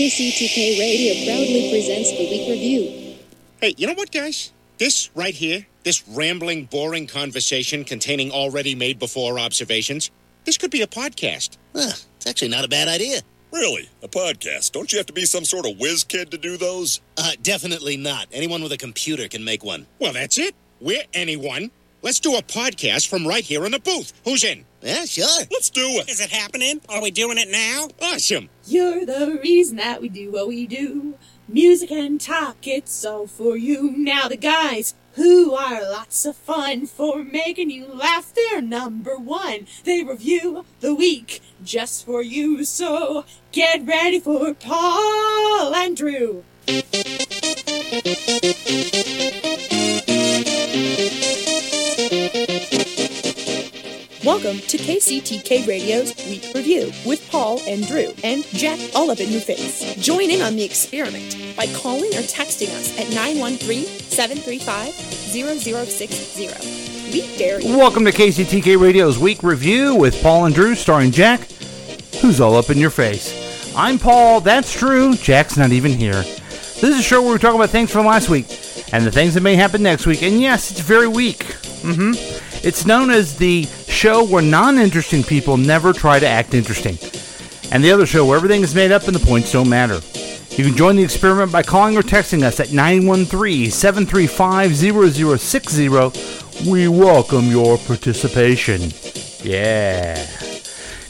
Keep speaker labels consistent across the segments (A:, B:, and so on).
A: QCTK Radio proudly presents the week review.
B: Hey, you know what, guys? This right here, this rambling, boring conversation containing already made before observations, this could be a podcast.
C: Huh, it's actually not a bad idea.
D: Really? A podcast? Don't you have to be some sort of whiz kid to do those?
C: Uh, definitely not. Anyone with a computer can make one.
B: Well, that's it. We're anyone. Let's do a podcast from right here in the booth. Who's in?
C: Yeah, sure.
D: Let's do it.
E: Is it happening? Are we doing it now?
B: Awesome.
F: You're the reason that we do what we do. Music and talk, it's all for you. Now, the guys who are lots of fun for making you laugh, they're number one. They review the week just for you, so get ready for Paul and Drew.
G: Welcome to KCTK Radio's Week Review with Paul and Drew and Jack all up in your face. Join in on the experiment by calling or texting us at 913-735-0060. We dare you.
H: Welcome to KCTK Radio's Week Review with Paul and Drew, starring Jack, who's all up in your face. I'm Paul, that's Drew, Jack's not even here. This is a show where we talk about things from last week and the things that may happen next week. And yes, it's very weak. hmm It's known as the show where non interesting people never try to act interesting. And the other show where everything is made up and the points don't matter. You can join the experiment by calling or texting us at 913 735 0060. We welcome your participation. Yeah.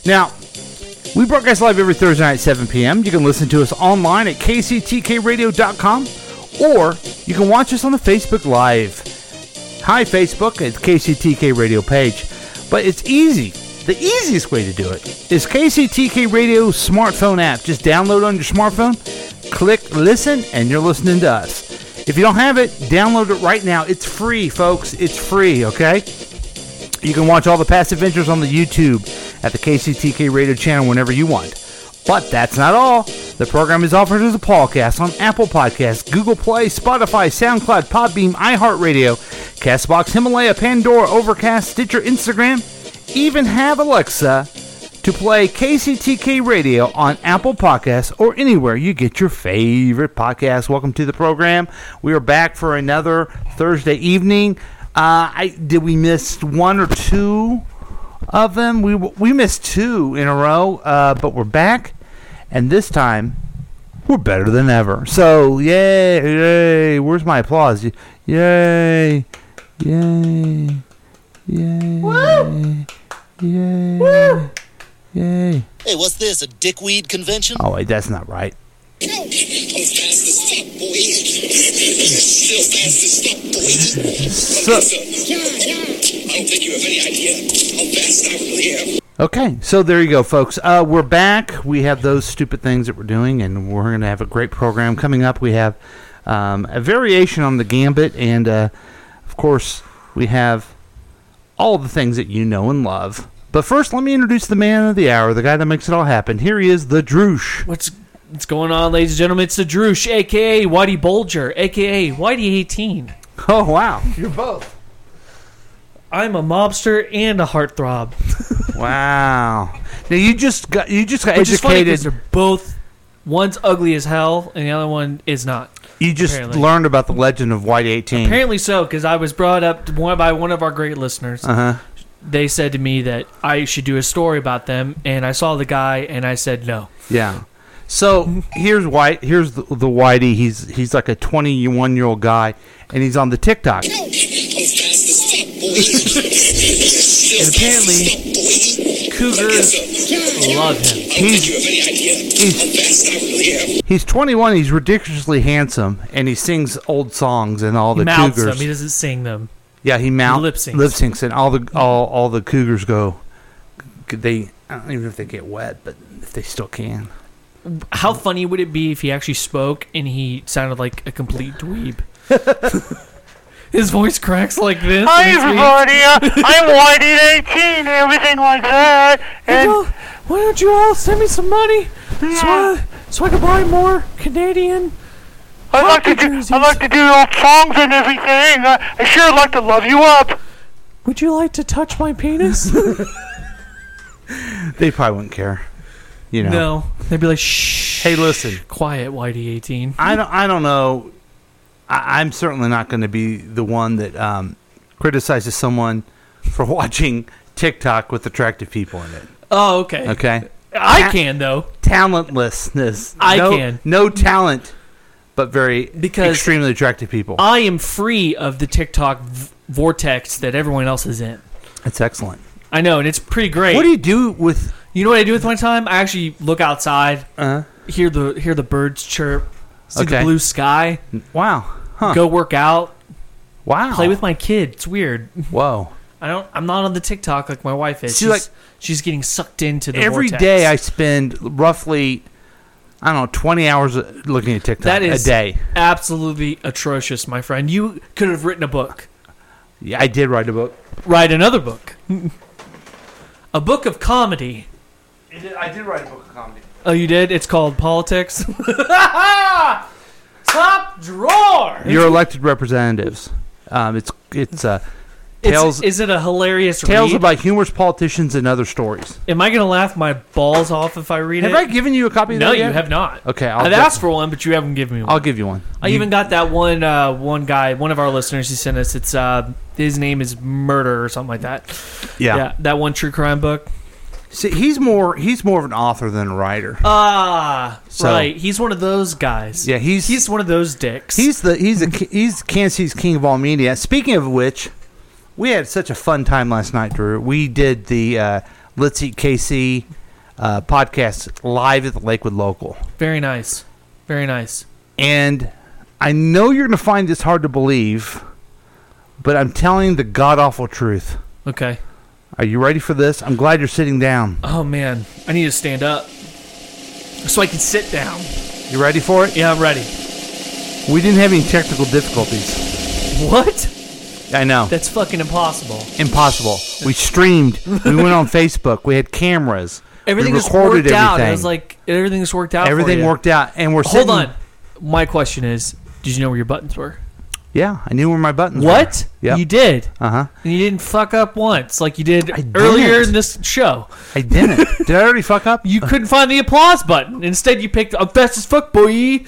H: Now, we broadcast live every Thursday night at 7 p.m. You can listen to us online at kctkradio.com or you can watch us on the Facebook Live. Hi, Facebook, it's KCTK Radio page. But it's easy. The easiest way to do it is KCTK Radio smartphone app. Just download on your smartphone, click listen, and you're listening to us. If you don't have it, download it right now. It's free, folks. It's free, okay? You can watch all the past adventures on the YouTube at the KCTK Radio channel whenever you want. But that's not all. The program is offered as a podcast on Apple Podcasts, Google Play, Spotify, SoundCloud, Podbeam, iHeartRadio, Castbox, Himalaya, Pandora, Overcast, Stitcher, Instagram. Even have Alexa to play KCTK Radio on Apple Podcasts or anywhere you get your favorite podcast. Welcome to the program. We are back for another Thursday evening. Uh, I did we miss one or two? of them. We we missed two in a row, uh, but we're back, and this time we're better than ever. So yay, yay! Where's my applause? Y- Yay, yay, yay,
F: Woo!
H: yay,
F: Woo!
H: yay!
C: Hey, what's this? A dickweed convention?
H: Oh wait, that's not right. So- Okay, so there you go, folks. Uh, we're back. We have those stupid things that we're doing, and we're going to have a great program coming up. We have um, a variation on the gambit, and uh, of course, we have all the things that you know and love. But first, let me introduce the man of the hour, the guy that makes it all happen. Here he is, the Droosh.
I: What's what's going on, ladies and gentlemen? It's the Droosh, aka Whitey Bulger, aka Whitey eighteen.
H: Oh wow, you're both.
I: I'm a mobster and a heartthrob.
H: Wow. Now you just got you just got
I: Which is funny
H: educated.
I: because they're both one's ugly as hell and the other one is not.
H: you just
I: apparently.
H: learned about the legend of White 18.
I: Apparently so, because I was brought up to one by one of our great listeners.
H: Uh huh.
I: They said to me that I should do a story about them, and I saw the guy, and I said no.
H: Yeah. So here's White. Here's the, the Whitey. He's he's like a 21 year old guy, and he's on the TikTok.
I: And apparently, cougars love him.
H: He's he's, he's 21. He's ridiculously handsome, and he sings old songs and all the
I: He mouths
H: cougars.
I: them. He doesn't sing them.
H: yeah, he mouth
I: lip syncs.
H: lip syncs, and all the all all the cougars go. They I don't even know if they get wet, but if they still can.
I: How funny would it be if he actually spoke and he sounded like a complete dweeb? His voice cracks like this. and it's weird.
H: Uh, I'm Whitey 18 and everything like that.
I: Well, why don't you all send me some money so, I, so I can buy more Canadian?
H: I
I: like to do- I like
H: to do old songs and everything. Uh, I, I sure like to love you up.
I: Would you like to touch my penis?
H: They probably wouldn't care. You know.
I: no, they'd be like, "Shh."
H: Hey, listen.
I: Quiet, YD18.
H: I don't. I don't know. I, I'm certainly not going to be the one that um, criticizes someone for watching TikTok with attractive people in it.
I: Oh, okay.
H: Okay,
I: I can though.
H: talentlessness.
I: I
H: no,
I: can.
H: No talent, but very
I: Because-
H: extremely attractive people.
I: I am free of the TikTok v- vortex that everyone else is in.
H: That's excellent.
I: I know, and it's pretty great.
H: What do you do with? uh,
I: You know what I do with my time? I actually look outside, hear the hear the birds chirp, see
H: Okay.
I: the blue sky,
H: Wow. Huh. Oh.
I: go work out,
H: wow.
I: play with my kid. It's weird.
H: Whoa.
I: I don't. I'm not on the TikTok like my wife is.
H: See,
I: she's
H: like-
I: she's getting sucked into the
H: Every
I: vortex.
H: day I spend roughly, I don't know, twenty hours looking at TikTok
I: that is
H: a day.
I: absolutely atrocious, my friend. You could have written a book.
H: Yeah, I did write a book.
I: Write another book. a book of comedy.
H: I did write a book of comedy.
I: Oh, you did? It's called Politics. Top drawer.
H: Your elected representatives. Um, it's it's uh,
I: It's-
H: tales
I: is it a hilarious
H: tales
I: read?
H: about humorous politicians and other stories.
I: Am I gonna laugh my balls off if I read
H: Have
I: it?
H: I given you a copy? of
I: no,
H: that
I: you
H: yet?
I: have not.
H: Okay, I'll
I: I've
H: get-
I: asked for one, but you haven't given me one.
H: I'll give you one.
I: I even got that one uh, one guy, one of our listeners. He sent us. It's uh, his name is Murder or something like that.
H: Yeah.
I: that one true crime book.
H: See, he's more he's more of an author than a writer.
I: Ah,
H: So-
I: right. He's one of those guys.
H: yeah, he's
I: he's one of those dicks.
H: He's the he's the he's Kansas City's king of all media. Speaking of which, we had such a fun time last night, Drew. We did the uh, Let's Eat KC uh, podcast live at the Lakewood Local,
I: very nice, very nice.
H: and I know you're going to find this hard to believe, but I'm telling the god awful truth.
I: Okay.
H: Are you ready for this? I'm glad you're sitting down.
I: Oh man, I need to stand up so I can sit down.
H: You ready for it?
I: Yeah, I'm ready.
H: We didn't have any technical difficulties.
I: What?
H: I know.
I: That's fucking impossible.
H: Impossible. We streamed. We went on Facebook. We had cameras.
I: Everything
H: we
I: was
H: recorded
I: worked
H: everything.
I: out. It was like everything was worked out. for
H: Everything
I: you.
H: worked out, and we're
I: Hold
H: sitting-
I: on. My question is, did you know where your buttons were?
H: Yeah, I knew where my buttons.
I: What?
H: Yep.
I: You did.
H: Uh huh.
I: And you didn't fuck up once like you did
H: I
I: earlier
H: didn't.
I: in this show.
H: I didn't. Did I already fuck up?
I: You couldn't find the applause button. Instead, you picked I'm fast as fuck, boy.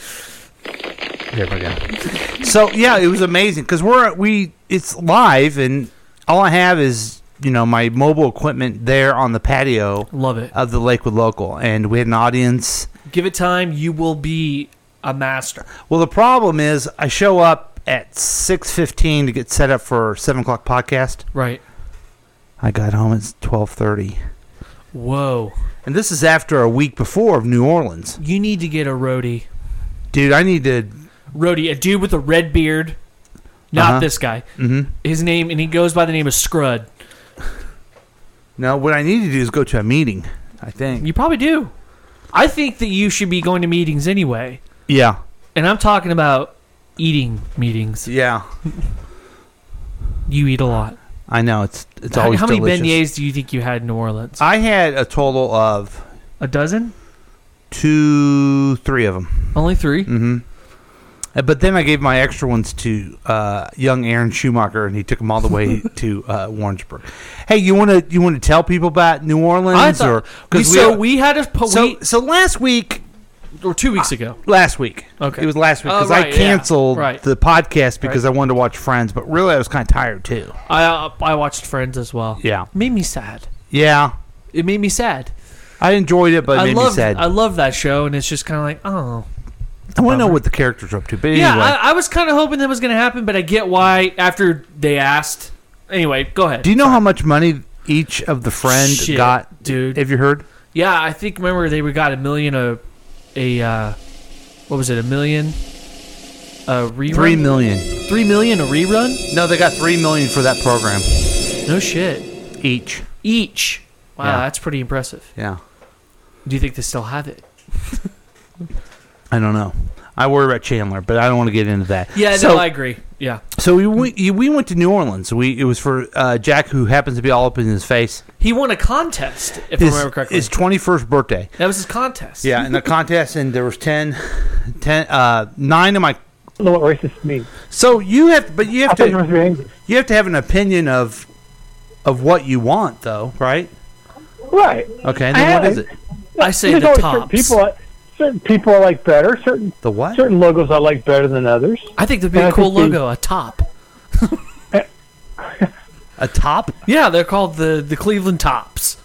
H: There we go. So yeah, it was amazing because we're we it's live, and all I have is you know my mobile equipment there on the patio
I: Love it.
H: of the Lakewood local, and we had an audience.
I: Give it time. You will be a master.
H: Well, the problem is I show up at six fifteen to get set up for seven o'clock podcast.
I: Right.
H: I got home at twelve thirty.
I: Whoa.
H: And this is after a week before of New Orleans.
I: You need to get a roadie.
H: Dude, I need to
I: Roadie, a dude with a red beard. Not
H: Uh-huh.
I: this guy. Mm-hmm. His name, and he goes by the name of Scrud.
H: No, what I need to do is go to a meeting. I think.
I: You probably do. I think that you should be going to meetings anyway.
H: Yeah,
I: And I'm talking about eating meetings.
H: yeah.
I: You eat a lot.
H: I know it's it's
I: How,
H: always
I: how many
H: delicious.
I: beignets do you think you had in New Orleans?
H: I had a total of
I: A dozen?
H: two, three of them.
I: Only 3
H: Mm-hmm. Uh, But then I gave my extra ones to uh, young Aaron Schumacher, and he took them all the way to uh, Warrensburg. Hey, you want to you want to tell people about New Orleans
I: I thought,
H: or
I: we,
H: because
I: so we had a po-
H: so
I: we,
H: so last week
I: or two weeks ago.
H: last week
I: Okay.
H: it was last week
I: Oh,
H: because I
I: right, yeah.
H: canceled
I: Right.
H: the podcast because I wanted to watch Friends, but really I was kind of tired too.
I: I uh, I watched Friends as well.
H: Yeah.
I: made me sad.
H: Yeah,
I: It made me sad.
H: I enjoyed it, but it
I: I
H: made
I: love
H: me sad.
I: I love that show, and it's just kind of like oh
H: I want to know what the characters are up to. But
I: yeah.
H: anyway,
I: I, I was kind of hoping that was going to happen, but I get why after they asked. Anyway, go ahead.
H: do you know how much money each of the friend
I: Shit,
H: got?
I: dude.
H: Have you heard?
I: yeah, I think remember they were got a million a a uh, what was it a million a rerun
H: Three million.
I: three million a rerun
H: No, they got three million for that program
I: no shit
H: each.
I: each. Wow,
H: Yeah.
I: that's pretty impressive.
H: Yeah,
I: Do you think they still have it?
H: I don't know. I worry about Chandler, but I don't want to get into that.
I: Yeah,
H: so
I: no, I agree. Yeah,
H: so we went, we went to New Orleans. We it was for uh, Jack, who happens to be all up in his face.
I: he won a contest, if I
H: His
I: remember correctly.
H: his twenty first birthday.
I: that was his contest.
H: Yeah, in the contest, and there was 10, 10 uh, nine of my.
J: don't know what racist means.
H: So you have, but you have
J: I thought you
H: to,
J: must be angry.
H: you have to have an opinion of, of what you want, though, right?
J: Right.
H: Okay, and then
J: I-
H: what is it?
I: I say
J: There's
I: the
J: always
I: tops.
J: certain people. I, certain people I like better. Certain
H: The what?
J: certain logos I like better than others.
I: I think that'd be
J: Yeah,
I: a
J: I
I: cool
J: think they-
I: logo, a top.
H: A top?
I: Yeah, they're called the the Cleveland Tops.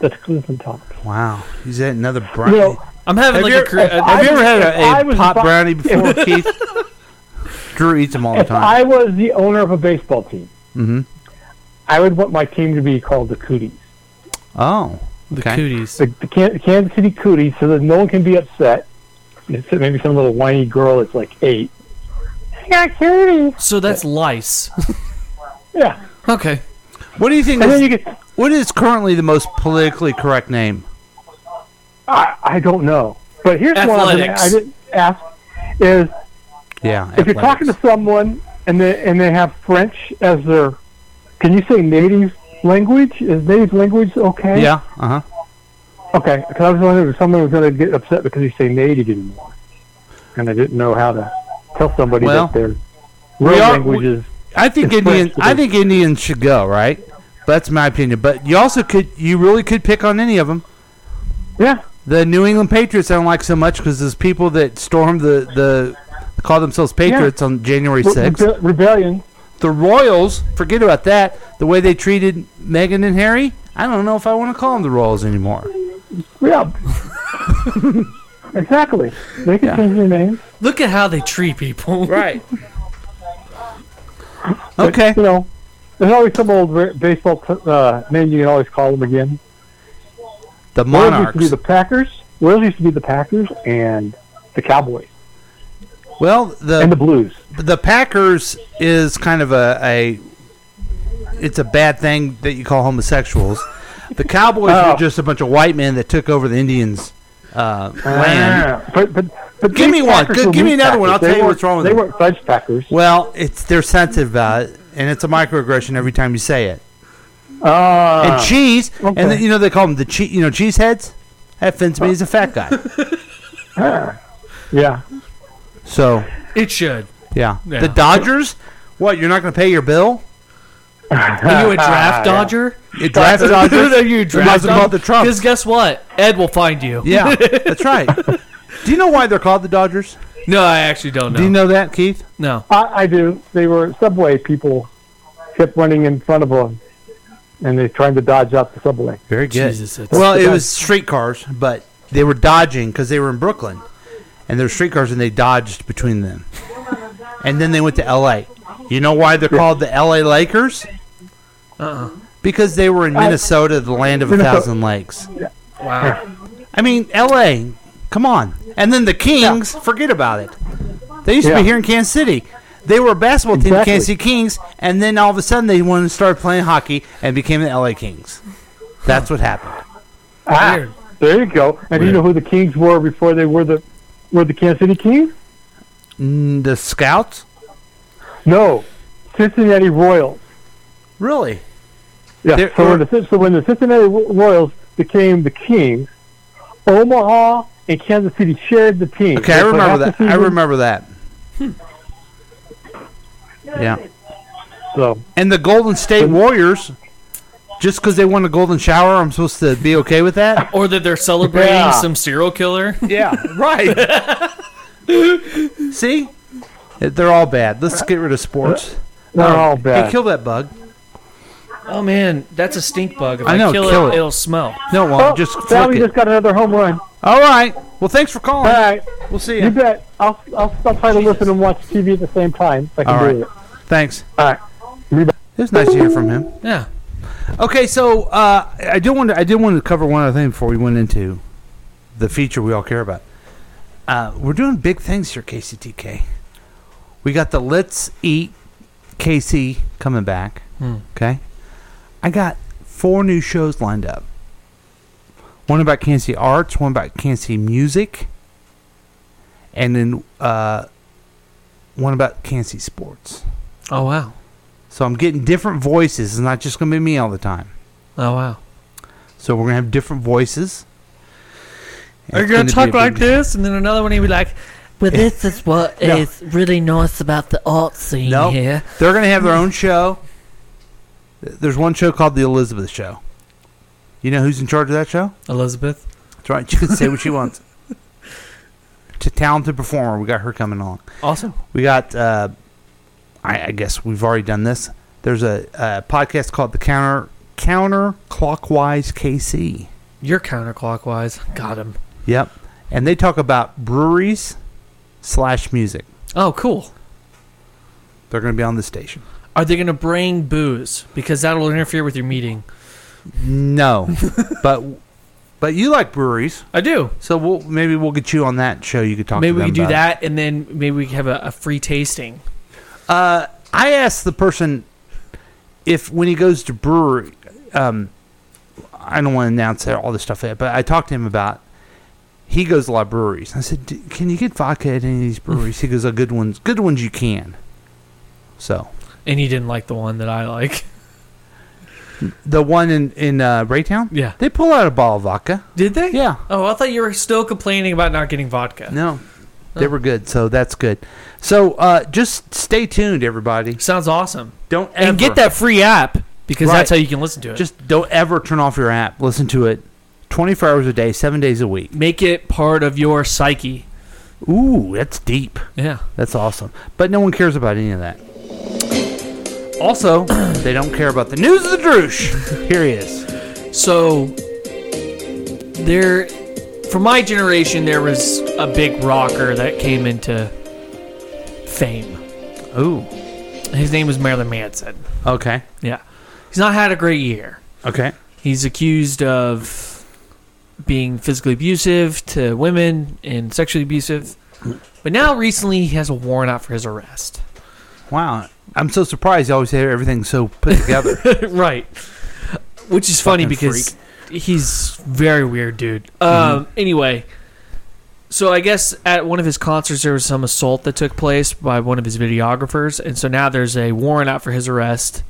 J: That's Cleveland Tops.
H: Wow. He's at another brownie.
J: You know,
I: I'm
H: have,
I: having like
H: you
I: a
H: ever,
I: cre- a-
J: I
H: have you ever
J: was-
H: had
J: if I
H: a, a
J: was
H: pop
J: bu-
H: brownie before, Keith? Drew eats them all the
J: if
H: time.
J: I was the owner of a baseball team,
I: Mm-hmm.
H: Mhm.
J: I would want my team to be called the Cooties,
H: oh.
I: the
H: okay.
I: cooties.
J: the, the Can- Kansas City Cooties, so that no one can be upset. It's maybe some little whiny girl that's like eight. Yeah, Cooties.
I: So that's lice.
J: Yeah,
I: okay.
H: What do you think?
J: and then
H: Is,
J: you get.
H: what is currently the most politically correct name?
J: I, I don't know, but here's one I,
I: Athletics.
J: I didn't ask: is
H: Yeah.
J: if you're talking to someone and they and they have French as their, can you say native language? Is native language okay?
H: Yeah. Uh huh.
J: Okay, because I was wondering if someone was going to get upset because you say native anymore, and I didn't know how to tell somebody
H: Well,
J: that their real
H: are-
J: language
H: we-
J: is.
H: I think
J: It's French,
H: Indians.
J: but
H: I
J: it's-
H: think Indians should go. Right. That's my opinion. But you also could. You really could pick on any of them.
J: Yeah,
H: The New England Patriots I don't like so much because there's people that stormed the the call themselves Patriots on January
J: re-
H: 6th.
J: rebe- rebellion.
H: the Royals, forget about that. The way they treated Meghan and Harry, I don't know if I want to call them the Royals anymore.
J: Yeah, exactly. They can change their name.
I: Look at how they treat people.
H: Right. Okay.
J: You know, there's always some old ra- baseball t- uh, name you can always call them again.
H: The
J: Wales used to be
H: Monarchs.
J: the Packers. Wales used to be the Packers and the Cowboys
H: Well,
J: and the
H: the
J: Blues.
H: the Packers is kind of a, a it's a bad thing that you call homosexuals. The Cowboys
J: Oh.
H: were just a bunch of white men that took over the Indians' uh, land.
J: Ah, but but but
H: Give me
J: these
H: one.
J: Packers
H: Good-
J: were
H: give me
J: meat
H: another one.
J: Packers.
H: I'll
J: They
H: tell you
J: weren't-
H: what's wrong with
J: They
H: them.
J: weren't fudge Packers.
H: Well, it's they're sensitive about it, and it's a microaggression every time you say it.
J: Ah,
H: and cheese,
J: okay.
H: and the, you know they call them the cheese. You know, cheese heads. That offends me as a fat guy.
J: yeah.
H: So
I: It should.
H: yeah,
I: Yeah.
H: the Dodgers. What you're not going to pay your bill?
I: Are you a draft dodger?
H: You draft Dodgers?
I: Are you a draft
H: might as well call it
I: dodger?
H: the Trumps.
I: Because guess what? Ed will find you.
H: Yeah, that's right. Do you know why they're called the Dodgers?
I: No, I actually don't know.
H: Do you know that, Keith?
I: no.
J: I, I do. They were subway people, kept running in front of them, and they tried to dodge out the subway.
H: Very good.
I: Jesus, it's-
H: well, it was streetcars, but they were dodging because they were in Brooklyn, and there were streetcars, and they dodged between them. and then they went to L.A. You know why they're called the L.A. Lakers?
I: Uh-uh.
H: Because they were in Minnesota, the land of a
J: Minnesota.
H: thousand lakes.
I: Wow.
H: I mean, L.A. Come on. And then the Kings, forget about it. They used to
J: Yeah.
H: be here in Kansas City. They were a basketball team, the
J: Exactly.
H: Kansas City Kings, and then all of a sudden they wanted to start playing hockey and became the L.A. Kings. That's what happened.
I: Weird.
J: Ah, There you go. And you know who the Kings were before they were the were the Kansas City Kings?
H: Mm, The Scouts,
J: No, Cincinnati Royals.
H: really?
J: Yeah.
H: There-
J: so, when the, so when the Cincinnati Ro- Royals became the Kings, Omaha and Kansas City shared the team.
H: Okay, I
J: They played half
H: remember
J: the
H: that. I
J: Hmm. season,
H: remember that. Yeah,
J: So
H: and the Golden State Warriors. Just because they won a golden shower, I'm supposed to be okay with that?
I: Or that they're celebrating
J: Yeah.
I: some serial killer.
H: Yeah, right. See, they're all bad. Let's get rid of sports.
J: they're all
H: Hey,
J: bad.
H: kill that bug.
I: oh man, that's a stink bug. If
H: I
I: I,
H: know,
I: kill,
H: kill
I: it,
H: it.
I: it, will smell.
H: No, it won't.
J: Oh,
H: just flick
J: Sally
H: it.
J: just got another home run.
H: All right. Well, thanks for calling.
J: All right.
H: We'll see
J: You
H: you.
J: bet. I'll, I'll, I'll try to listen and watch TV at the same time if I can
H: All
J: do
H: right.
J: it.
H: Thanks.
J: All right.
H: It was nice to hear from him.
I: Yeah.
H: Okay, so uh, I do want to I did want to cover one other thing before we went into the feature we all care about. Uh, we're doing big things here, KCTK. We got the Let's Eat KC coming back. Okay, I got four new shows lined up. One about Kansas City Arts, one about Kansas City Music, and then uh, one about Kansas City Sports.
I: Oh wow.
H: So I'm getting different voices. It's not just going to be me all the time.
I: Oh wow.
H: So we're gonna have different voices.
I: Are you
H: It's
I: gonna,
H: be
I: talk
H: a
I: like
H: big-
I: this? And then another one, he'd be like,
K: But this is what is
H: No.
K: really nice about the art scene
H: No,
K: here.
H: they're gonna have their own show. There's one show called the Elizabeth Show. You know who's in charge of that show?
I: Elizabeth.
H: That's right. You can say what she wants. to talented performer. We got her coming along.
I: Awesome.
H: We got. Uh, I, I guess we've already done this. There's a, a podcast called the Counter Counter Clockwise KC.
I: You're counterclockwise. Got him.
H: Yep, and they talk about breweries slash music.
I: Oh, cool.
H: They're going to be on the station.
I: Are they going to bring booze? Because that'll interfere with your meeting.
H: No, but but you like breweries.
I: I do.
H: So we'll, maybe we'll get you on that show. You could talk.
I: maybe
H: to
I: we
H: them
I: can do
H: about it.
I: that, and then maybe we can have a, a free tasting.
H: Uh, I asked the person if when he goes to brewery, um, I don't want to announce all this stuff yet, but I talked to him about. He goes to a lot of breweries. I said, "D- "Can you get vodka at any of these breweries?" he goes, "Oh, good ones, good ones you can." So
I: And you didn't like the one that I like.
H: the one in in uh, Raytown,
I: Yeah.
H: they pull out a bottle of vodka.
I: Did they?
H: Yeah,
I: Oh, I thought you were still complaining about not getting vodka.
H: no, they were good, so that's good. So uh, just stay tuned, everybody.
I: Sounds awesome.
H: Don't
I: And
H: ever-
I: get that free app because
H: Right.
I: that's how you can listen to it.
H: Just don't ever turn off your app. Listen to it 24 hours a day, seven days a week.
I: make it part of your psyche.
H: Ooh, that's deep.
I: Yeah.
H: That's awesome. But no one cares about any of that. Also, they don't care about the news of the Droosh. Here he is.
I: So there for my generation there was a big rocker that came into fame.
H: Ooh.
I: His name was Marilyn Manson.
H: Okay.
I: Yeah. He's not had a great year.
H: Okay.
I: He's accused of being physically abusive to women and sexually abusive. But now recently he has a warrant out for his arrest.
H: Wow. I'm so surprised you always hear everything so put together.
I: right. Which is funny
H: Fucking
I: because he's very weird dude. Um anyway, so I guess at one of his concerts there was some assault that took place by one of his videographers and so now there's a warrant out for his arrest.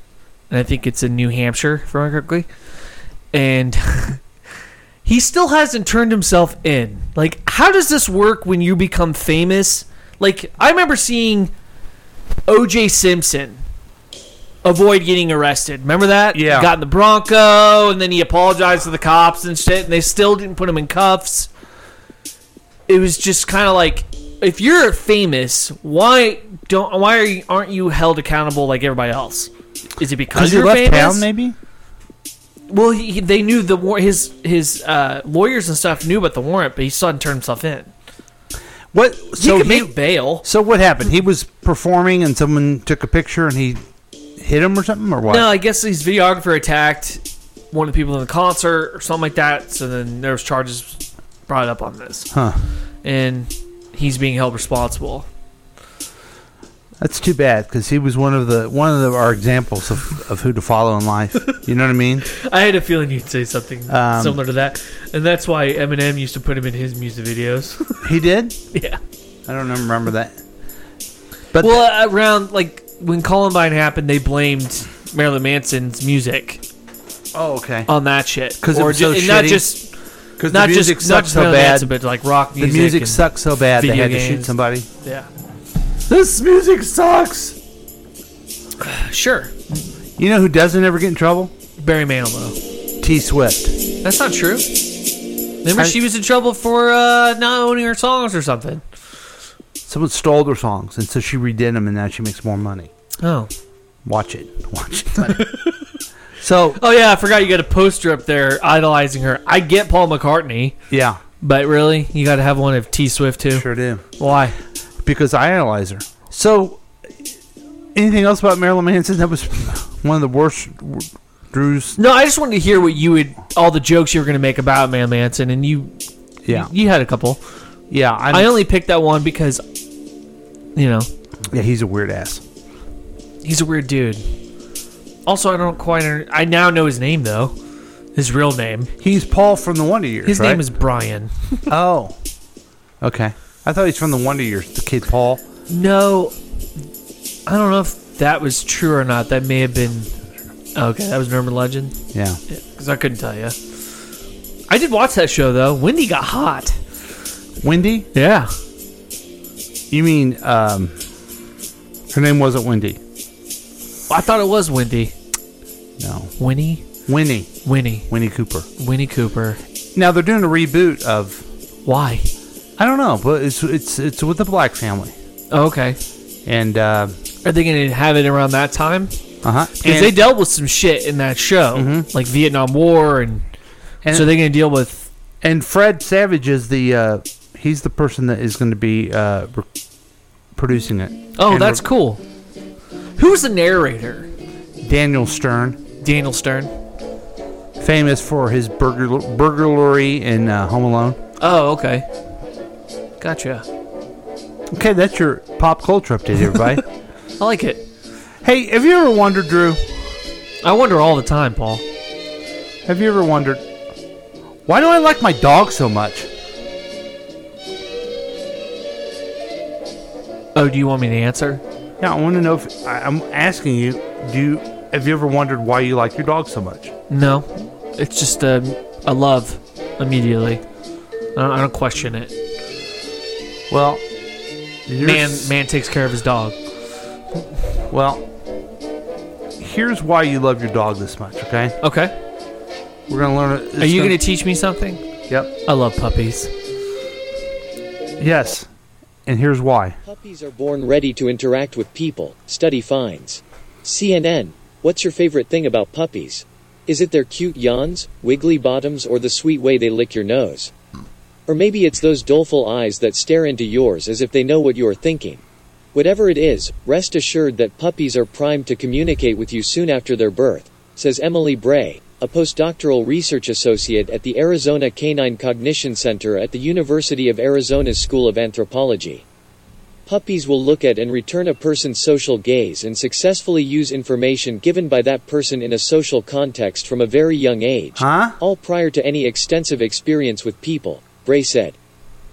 I: And I think it's in New Hampshire, if I remember correctly. And he still hasn't turned himself in. Like how does this work when you become famous? Like I remember seeing OJ Simpson avoid getting arrested. Remember that?
H: Yeah.
I: Got in the Bronco, and then he apologized to the cops and shit, and they still didn't put him in cuffs. It was just kind of like, if you're famous, why don't why are you, aren't you held accountable like everybody else? Is it because
H: Because you
I: you're
H: left
I: famous?
H: town, maybe?
I: Well, he, he- they knew the war. His his uh, lawyers and stuff knew about the warrant, but he still hadn't turned himself in.
H: What? So
I: he could
H: he,
I: make bail.
H: so what happened? He was performing and someone took a picture and he hit him or something or what?
I: No, I guess his videographer attacked one of the people in the concert or something like that. So then there was charges brought up on this,
H: Huh.
I: and he's being held responsible.
H: That's too bad because he was one of the one of the, our examples of, of who to follow in life. You know what I mean?
I: I had a feeling you'd say something
H: Um,
I: similar to that, and that's why Eminem used to put him in his music videos.
H: He did.
I: yeah.
H: I don't remember that. But
I: Well, around like when Columbine happened, they blamed Marilyn Manson's music
H: oh, okay.
I: on that shit
H: 'Cause it
I: Or
H: was
I: ju-
H: so
I: and not
H: shitty.
I: just
H: Because
I: uh, not just not just Marilyn Manson, but like rock
H: The
I: music.
H: music
I: and-
H: sucks so bad they
I: video
H: had to shoot
I: games.
H: somebody.
I: Yeah.
H: This music sucks.
I: Sure.
H: You know who doesn't ever get in trouble?
I: Barry Manilow.
H: T Swift.
I: That's not true. Remember,
H: I-
I: she was in trouble for uh, not owning her songs or something.
H: Someone stole their songs, and so she redid them, and now she makes more money.
I: Oh,
H: Watch it. Watch it. so
I: oh yeah, I forgot you got a poster up there idolizing her. I get Paul McCartney,
H: yeah,
I: but really, you got to have one of T Swift too.
H: sure do.
I: Why?
H: because I analyze her. So, anything else about Marilyn Manson? That was one of the worst w- Drews.
I: No, I just wanted to hear what you would all the jokes you were going to make about Man Manson, and you
H: Yeah,
I: you had a couple.
H: yeah. I'm,
I: I only picked that one because you know
H: yeah, he's a weird ass.
I: he's a weird dude. Also, I don't quite. under- I now know his name though, his real name.
H: He's Paul from the Wonder Years.
I: His
H: right?
I: name is Brian.
H: Oh, okay. I thought he's from the Wonder Years. The kid Paul.
I: No, I don't know if that was true or not. That may have been. Okay, that was an urban legend
H: Yeah.
I: because I couldn't tell you. I did watch that show though. Wendy got hot.
H: Wendy.
I: Yeah,
H: You mean um, her name wasn't Wendy?
I: I thought it was Wendy.
H: No,
I: Winnie,
H: Winnie.
I: Winnie,
H: Winnie Cooper.
I: Winnie Cooper.
H: Now they're doing a reboot of
I: Why?
H: I don't know, but it's it's it's with the Black family.
I: okay.
H: And uh,
I: are they going to have it around that time?
H: Uh huh.
I: Because Uh-huh. they dealt with some shit in that show,
H: Mm-hmm.
I: like Vietnam War, and, so they're going to deal with.
H: And Fred Savage is the uh, he's the person that is going to be uh, re- producing it.
I: Oh,
H: And
I: that's
H: re-
I: cool. Who's the narrator?
H: Daniel Stern.
I: Daniel Stern.
H: Famous for his burger burglary in uh, Home Alone.
I: Oh, okay. Gotcha.
H: Okay, that's your pop culture update, everybody.
I: I like it.
H: hey, have you ever wondered, Drew?
I: I wonder all the time, Paul.
H: Have you ever wondered why do I like my dog so much?
I: Oh, do you want me to answer?
H: Yeah, I want to know if I, I'm asking you. Do you, have you ever wondered why you like your dog so much?
I: No, it's just um, a love immediately. I don't, I don't question it.
H: Well,
I: man, man takes care of his dog.
H: Well, here's why you love your dog this much. Okay.
I: Okay.
H: We're gonna learn. It.
I: Are you going to teach me something?
H: Yep.
I: I love puppies.
H: Yes, and here's why.
L: Puppies are born ready to interact with people, study finds. CNN, what's your favorite thing about puppies? Is it their cute yawns, wiggly bottoms, or the sweet way they lick your nose? Or maybe it's those doleful eyes that stare into yours as if they know what you are thinking. Whatever it is, rest assured that puppies are primed to communicate with you soon after their birth, says Emily Bray, a postdoctoral research associate at the Arizona Canine Cognition Center at the University of Arizona's School of Anthropology. Puppies will look at and return a person's social gaze and successfully use information given by that person in a social context from a very young age, all prior to any extensive experience with people, Bray said.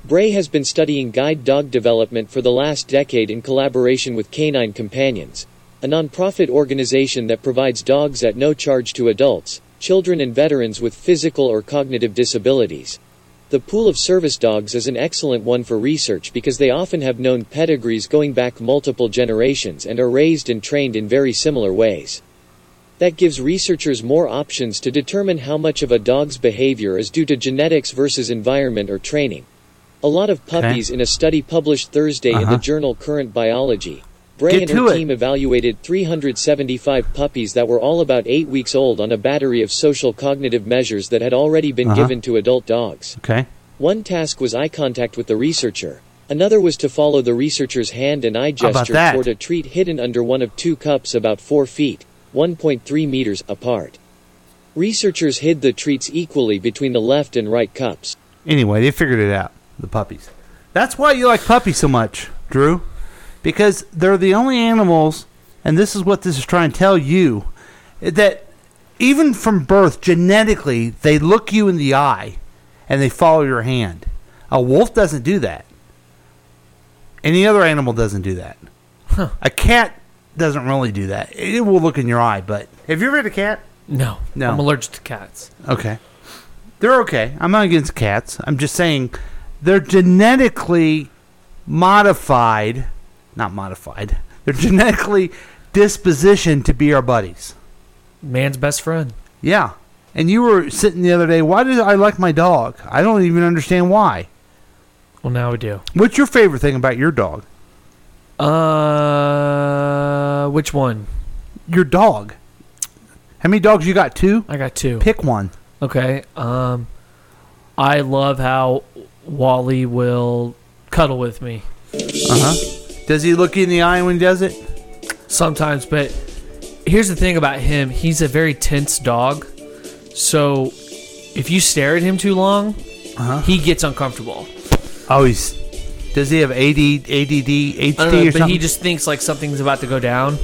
L: Bray has been studying guide dog development for the last decade in collaboration with Canine Companions, a nonprofit organization that provides dogs at no charge to adults, children, and veterans with physical or cognitive disabilities. The pool of service dogs is an excellent one for research because they often have known pedigrees going back multiple generations and are raised and trained in very similar ways. That gives researchers more options to determine how much of a dog's behavior is due to genetics versus environment or training. A lot of puppies in a study published Thursday in the journal Current Biology. Bray
H: Uh-huh. Get
L: and
H: to
L: her
H: it.
L: team evaluated 375 puppies that were all about 8 weeks old on a battery of social cognitive measures that had already been
H: Uh-huh.
L: given to adult dogs.
H: Okay.
L: One task was eye contact with the researcher. Another was to follow the researcher's hand and eye
H: How about
L: gesture
H: that?
L: toward a treat hidden under one of two cups about 4 feet, 1.3 meters apart. Researchers hid the treats equally between the left and right cups.
H: Anyway, they figured it out. The puppies. That's why you like puppies so much, Drew, because they're the only animals, and this is what this is trying to tell you, that even from birth, genetically, they look you in the eye, and they follow your hand. A wolf doesn't do that. Any other animal doesn't do that. A cat doesn't really do that. It will look in your eye, but have you ever had a cat?
I: No,
H: No.
I: I'm allergic to cats.
H: Okay. They're okay. I'm not against cats. I'm just saying they're genetically modified, not modified. They're genetically dispositioned to be our buddies.
I: Man's best friend.
H: Yeah. And you were sitting the other day, why do I like my dog? I don't even understand why.
I: Well, now we do.
H: What's your favorite thing about your dog?
I: Uh, which one?
H: Your dog. How many dogs you got? Two?
I: I got two.
H: Pick one.
I: Okay. Um, I love how Wally will cuddle with me
H: Uh-huh. Does he look you in the eye when he does it?
I: sometimes, but here's the thing about him: he's a very tense dog. So if you stare at him too long,
H: Uh-huh.
I: he gets uncomfortable.
H: Oh, he's Does he have AD, ADD, HD
I: I don't know,
H: or
I: but
H: something?
I: he just thinks like something's about to go down.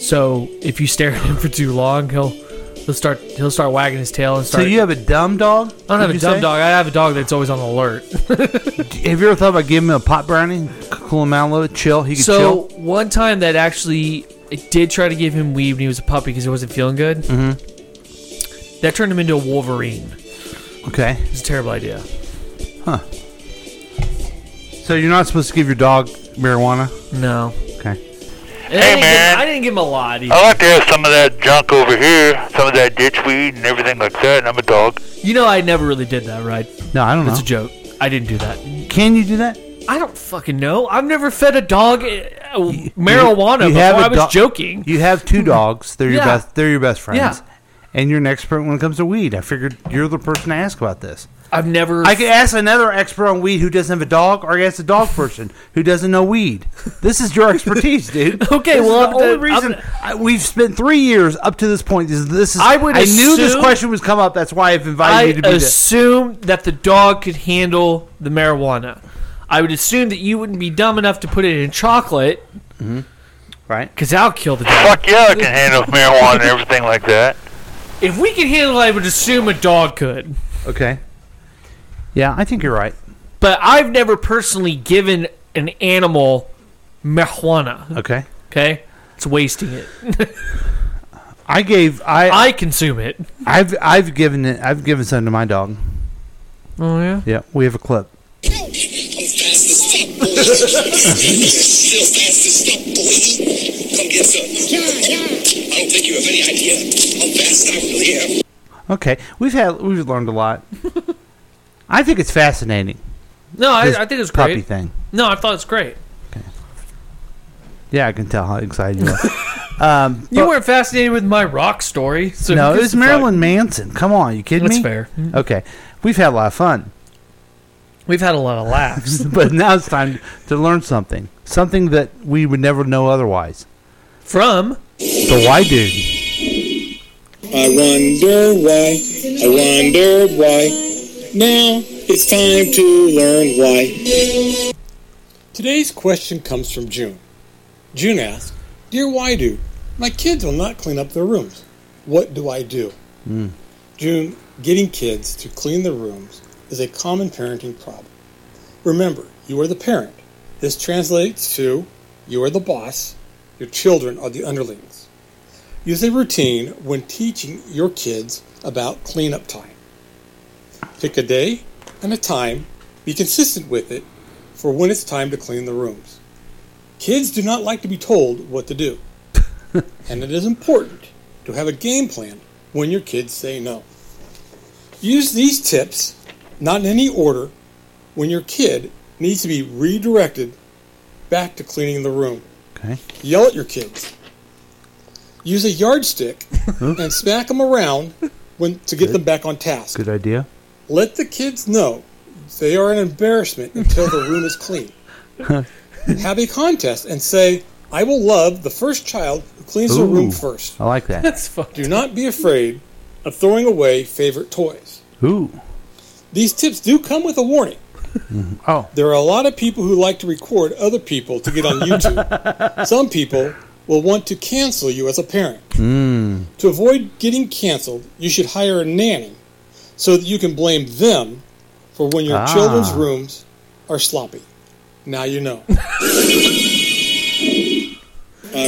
I: So if you stare at him for too long, he'll he'll start he'll start wagging his tail and
H: So
I: start.
H: you have a dumb dog?
I: I don't have a dumb
H: dog.
I: dog. I have a dog that's always on alert.
H: Have you ever thought about giving him a pot brownie? C- Cool him out a little bit, chill. He can chill.
I: so one time that actually I did try to give him weed when he was a puppy because he wasn't feeling good.
H: Mm-hmm.
I: That turned him into a Wolverine.
H: Okay.
I: It's a terrible idea.
H: Huh. So you're not supposed to give your dog marijuana?
I: No.
H: Okay.
I: And I didn't
M: man.
I: Give, I didn't give him a lot. e- either.
J: Oh.
M: I like to have some of that junk over here, some of that ditch weed and everything like that, and I'm a dog.
I: You know, I never really did that, right?
H: No, I don't
I: That's
H: know.
I: a joke. I didn't do that.
H: Can you do that?
I: I don't fucking know. I've never fed a dog uh, marijuana before. I was
H: dog-
I: joking.
H: You have two dogs. They're your
I: Yeah.
H: best. They're your best
I: Yeah.
H: friends. And you're an expert when it comes to weed. I figured you're the person to ask about this.
I: I've never.
H: I could ask another expert on weed who doesn't have a dog, or I could ask a dog person who doesn't know weed. This is your expertise, dude.
I: Okay,
H: This is
I: well, I'm
H: the only
I: done-
H: reason I, we've spent three years up to this point. This, this is
I: I would
H: I knew this
I: assume-
H: question was come up. That's why I've invited
I: I
H: you to be this.
I: assume that the dog could handle the marijuana. I would assume that you wouldn't be dumb enough to put it in chocolate.
H: Mm-hmm. Right.
I: Because I'll kill the dog.
N: Fuck yeah, I can handle marijuana and everything like that.
I: If we can handle it, I would assume a dog could.
H: Okay. Yeah, I think you're right.
I: But I've never personally given an animal marijuana.
H: Okay.
I: Okay? It's wasting it.
H: I gave I
I: I consume it.
H: I've I've given it I've given some to my dog.
I: Oh yeah.
H: Yeah, we have a clip.
O: I don't think you have any idea how fast I really am.
H: Okay, we've had we've learned a lot. I think it's fascinating.
I: No, I,
H: This
I: I think it's
H: puppy
I: great.
H: thing.
I: No, I thought it's great.
H: Yeah, I can tell how excited you are. um,
I: You weren't fascinated with my rock story. So
H: no,
I: who
H: it was
I: gives a fuck?
H: Marilyn Manson. Come on, you kidding
I: That's
H: me?
I: fair.
H: Okay, we've had a lot of fun,
I: We've had a lot of laughs.
H: but now it's time to learn something, something that we would never know otherwise.
I: From
H: the why dude.
P: I wonder why, I wonder why. Now it's time to learn why.
J: Today's question comes from June. June asks, Dear Why Do, my kids will not clean up their rooms. What do I do?
Q: Mm.
J: June, getting kids to clean their rooms is a common parenting problem. Remember, you are the parent. This translates to you are the boss, your children are the underlings. Use a routine when teaching your kids about cleanup time. Pick a day and a time, be consistent with it for when it's time to clean the rooms. Kids do not like to be told what to do, and it is important to have a game plan when your kids say no. Use these tips, not in any order, when your kid needs to be redirected back to cleaning the room.
H: Okay.
J: Yell at your kids. Use a yardstick and smack them around when to get
H: Good.
J: them back on task.
H: Good idea.
J: Let the kids know they are an embarrassment until the room is clean. Have a contest and say, I will love the first child who cleans the room
H: Ooh,
J: first.
H: I like that. That's
J: Do not be afraid of throwing away favorite toys.
H: Ooh.
J: These tips do come with a warning.
H: Oh.
J: There are a lot of people who like to record other people to get on YouTube. Some people will want to cancel you as a parent.
H: Mm.
J: To avoid getting canceled, you should hire a nanny so that you can blame them for when your
H: Ah.
J: children's rooms are sloppy. Now you know.
P: I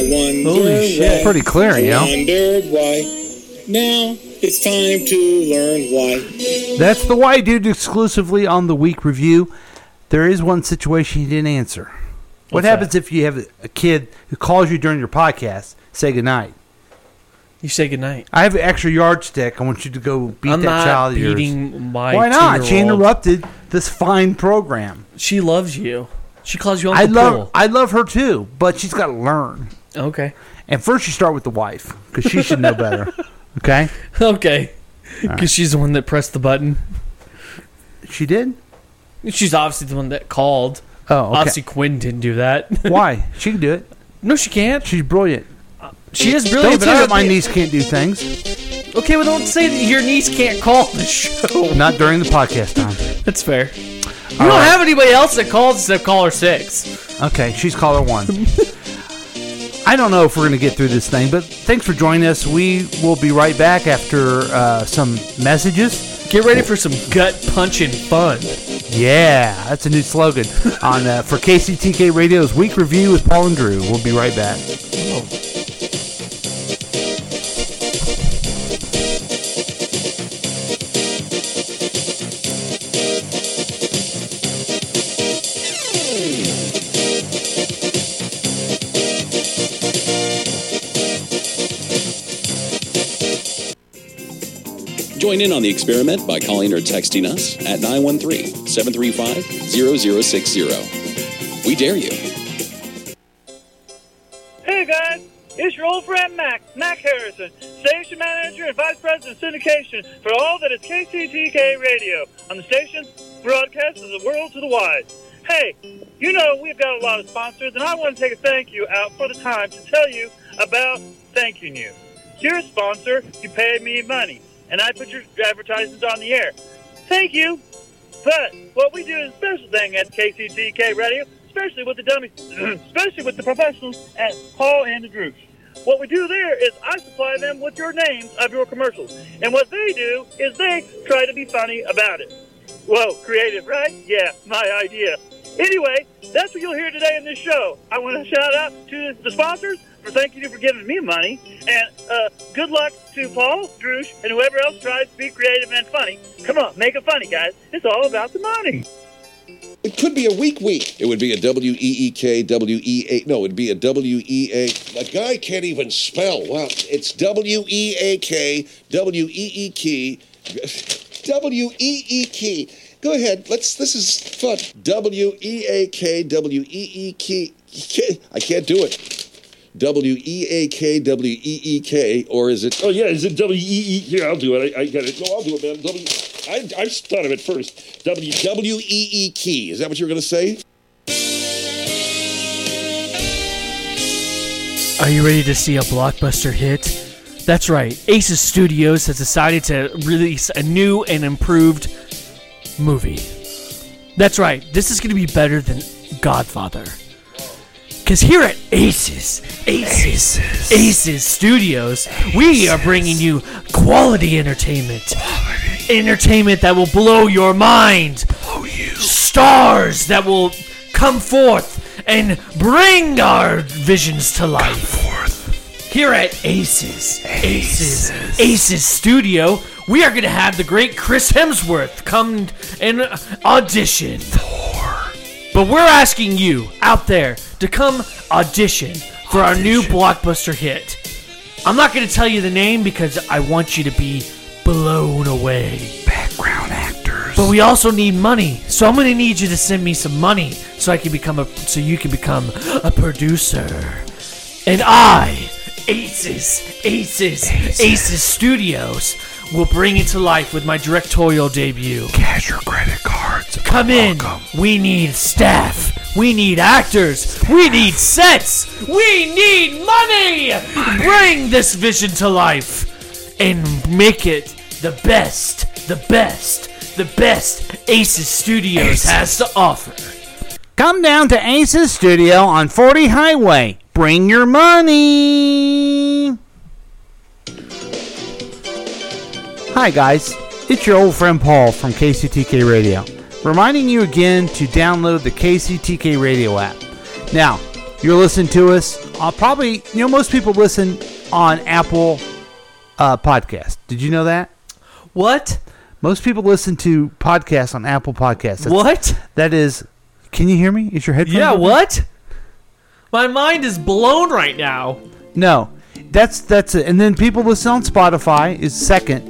P: wonder
J: Holy shit.
P: why.
J: Pretty clear,
P: I
J: you know?
P: wondered why. Now it's time to learn why.
H: That's the why dude exclusively on the week review. There is one situation he didn't answer. What
I: What's that?
H: happens if you have a kid who calls you during your podcast? Say goodnight.
I: You say goodnight.
H: I have an extra yardstick. I want you to go beat
I: I'm
H: that
I: not
H: child of yours.
I: beating my
H: Why not? She
I: two-year-old.
H: interrupted this fine program.
I: She loves you. She calls you
H: I
I: Uncle
H: love
I: Phil.
H: I love her too, but she's got to learn.
I: Okay.
H: And first you start with the wife because she should know better. Okay.
I: Okay.
H: All
I: Because
H: right.
I: she's the one that pressed the button.
H: She did?
I: She's obviously the one that called.
H: Oh, okay.
I: Obviously, Quinn didn't do that.
H: Why? She can do it.
I: No, she can't.
H: She's brilliant.
I: She is
H: Don't
I: brilliant,
H: say
I: but I
H: that
I: don't
H: my
I: think-
H: niece can't do things.
I: Okay, well, don't say that your niece can't call the show.
H: Not during the podcast time.
I: That's fair. We
H: All
I: don't
H: right.
I: have anybody else that calls except caller six.
H: Okay, she's caller one. I don't know if we're going to get through this thing, but thanks for joining us. We will be right back after uh, some messages.
I: Get ready for some gut punching fun.
H: Yeah, that's a new slogan on uh, for KCTK Radio's week review with Paul and Drew. We'll be right back.
L: Join in on the experiment by calling or texting us at 913
R: 735 0060. We dare you.
J: Hey guys, it's your old friend Mac, Mac Harrison, station manager and vice president of syndication for all that is KCTK radio on the station broadcast of the world to the wide. Hey, you know we've got a lot of sponsors, and I want to take a thank you out for the time to tell you about thanking you. You're a sponsor, you paid me money, and I put your advertisements on the air. Thank you. But what we do is a special thing at KCTK Radio, especially with the dummies, especially with the professionals at Paul and the Drews. What we do there is I supply them with your names of your commercials, and what they do is they try to be funny about it. Whoa, creative, right? Yeah, my idea. Anyway, that's what you'll hear today in this show. I want to shout out to the sponsors for thanking you for giving me money, and uh, good luck to Paul, Droosh, and whoever else tries to be creative and funny. Come on, make it funny, guys. It's all about the money.
S: It could be a weak week.
R: It would be a W E E K W E A. No, it'd be a W E A.
S: The guy can't even spell. Well, it's W E A K W E E K W E E K. Go ahead. Let's. This is fun. W E A K W E E K. I can't do it. W E A K W E E K, or is it? Oh yeah, is it W E E? Here, I'll do it. I, I get it. No, I'll do it, man. W. I, I thought of it first. W W E E K. Is that what you were gonna say?
I: Are you ready to see a blockbuster hit? That's right. Aces Studios has decided to release a new and improved movie. That's right. This is going to be better than Godfather. Because here at Aces, Aces, Aces, Studios, we are bringing you quality entertainment. Entertainment that will blow your mind. Stars that will come forth and bring our visions to life. Here at Aces, Aces, Aces, Studio, we are going to have the great Chris Hemsworth come and audition. But we're asking you out there to come audition for our new blockbuster hit. I'm not going to tell you the name because I want you to be blown away. Background actors. But we also need money, so I'm going to need you to send me some money so I can become a so you can become a producer. And I, Aces, Aces, Aces, Studios, will bring it to life with my directorial debut. Cash your credit cards. Come in. We need staff. We need actors. We need sets. We need money. Bring this vision to life and make it the best, the best, the best Aces Studios has to offer.
H: Come down to Ace's studio on 40 Highway. Bring your money. Hi, guys. It's your old friend Paul from KCTK Radio, reminding you again to download the KCTK Radio app. Now, you're listening to us. Uh, probably, you know, most people listen on Apple uh, Podcast. Did you know that?
I: What?
H: Most people listen to podcasts on Apple Podcasts. That's-
I: What?
H: That is. Can you hear me? Is your headphone?
I: Yeah, what? My mind is blown right now.
H: No, that's that's it. And then people listen on Spotify is second,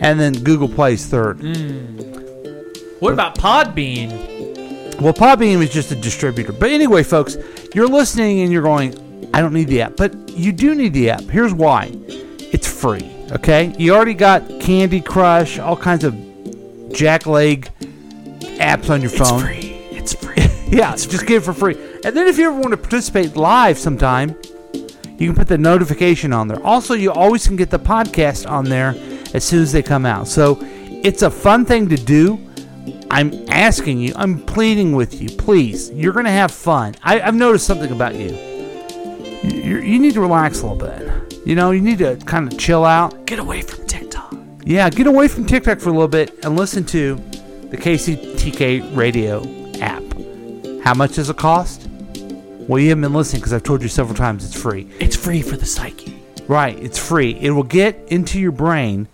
H: and then Google Play's third.
I: Mm. What about Podbean?
H: Well, Podbean is just a distributor. But anyway, folks, you're listening and you're going, I don't need the app, but you do need the app. Here's why: it's free. Okay, you already got Candy Crush, all kinds of jackleg apps on your phone.
I: It's free.
H: yeah, just get it for free. And then if you ever want to participate live sometime, you can put the notification on there. Also, you always can get the podcast on there as soon as they come out. So it's a fun thing to do. I'm asking you, I'm pleading with you, please. You're going to have fun. I, I've noticed something about you. You, you need to relax a little bit. You know, you need to kind of chill out.
I: Get away from TikTok.
H: Yeah, get away from TikTok for a little bit and listen to the KCTK radio app. How much does it cost? Well, you haven't been listening because I've told you several times it's free.
I: It's free for the psyche.
H: Right, it's free. It will get into your brain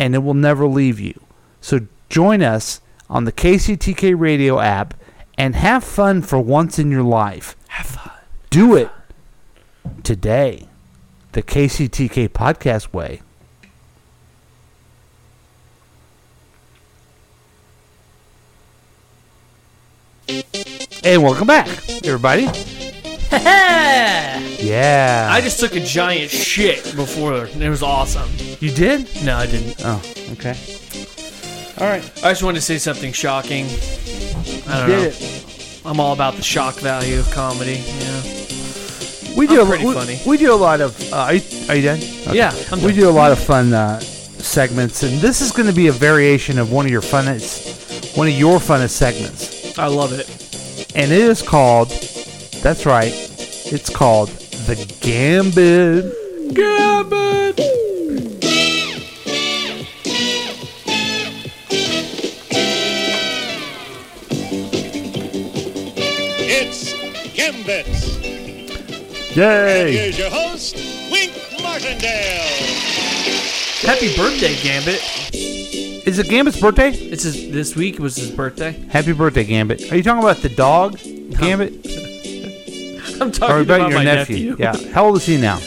H: and it will never leave you. So join us on the KCTK radio app and have fun for once in your life. Have fun. Do it today. The KCTK podcast way. And welcome back, everybody. Yeah.
I: I just took a giant shit before, and it was awesome.
H: You did?
I: No, I didn't.
H: Oh, okay.
I: All right. I just wanted to say something shocking. I don't
H: You did
I: know.
H: it.
I: I'm all about the shock value of comedy. Yeah.
H: We
I: I'm
H: do a,
I: pretty
H: we,
I: funny.
H: We do a lot of. Uh, are, you, are you done? Okay.
I: Yeah, I'm
H: we
I: done.
H: do a lot of fun uh, segments, and this is going to be a variation of one of your funnest, one of your funnest segments,
I: I love it.
H: and it is called. That's right. It's called the Gambit.
I: Gambit.
T: It's Gambit.
H: Yay!
T: Here's your host, Wink Martindale.
I: Happy birthday, Gambit.
H: Is it Gambit's birthday?
I: It's his, this week was his birthday.
H: Happy birthday, Gambit. Are you talking about the dog, Gambit?
I: I'm
H: Or
I: talking about, my nephew.
H: Yeah. How old is he now?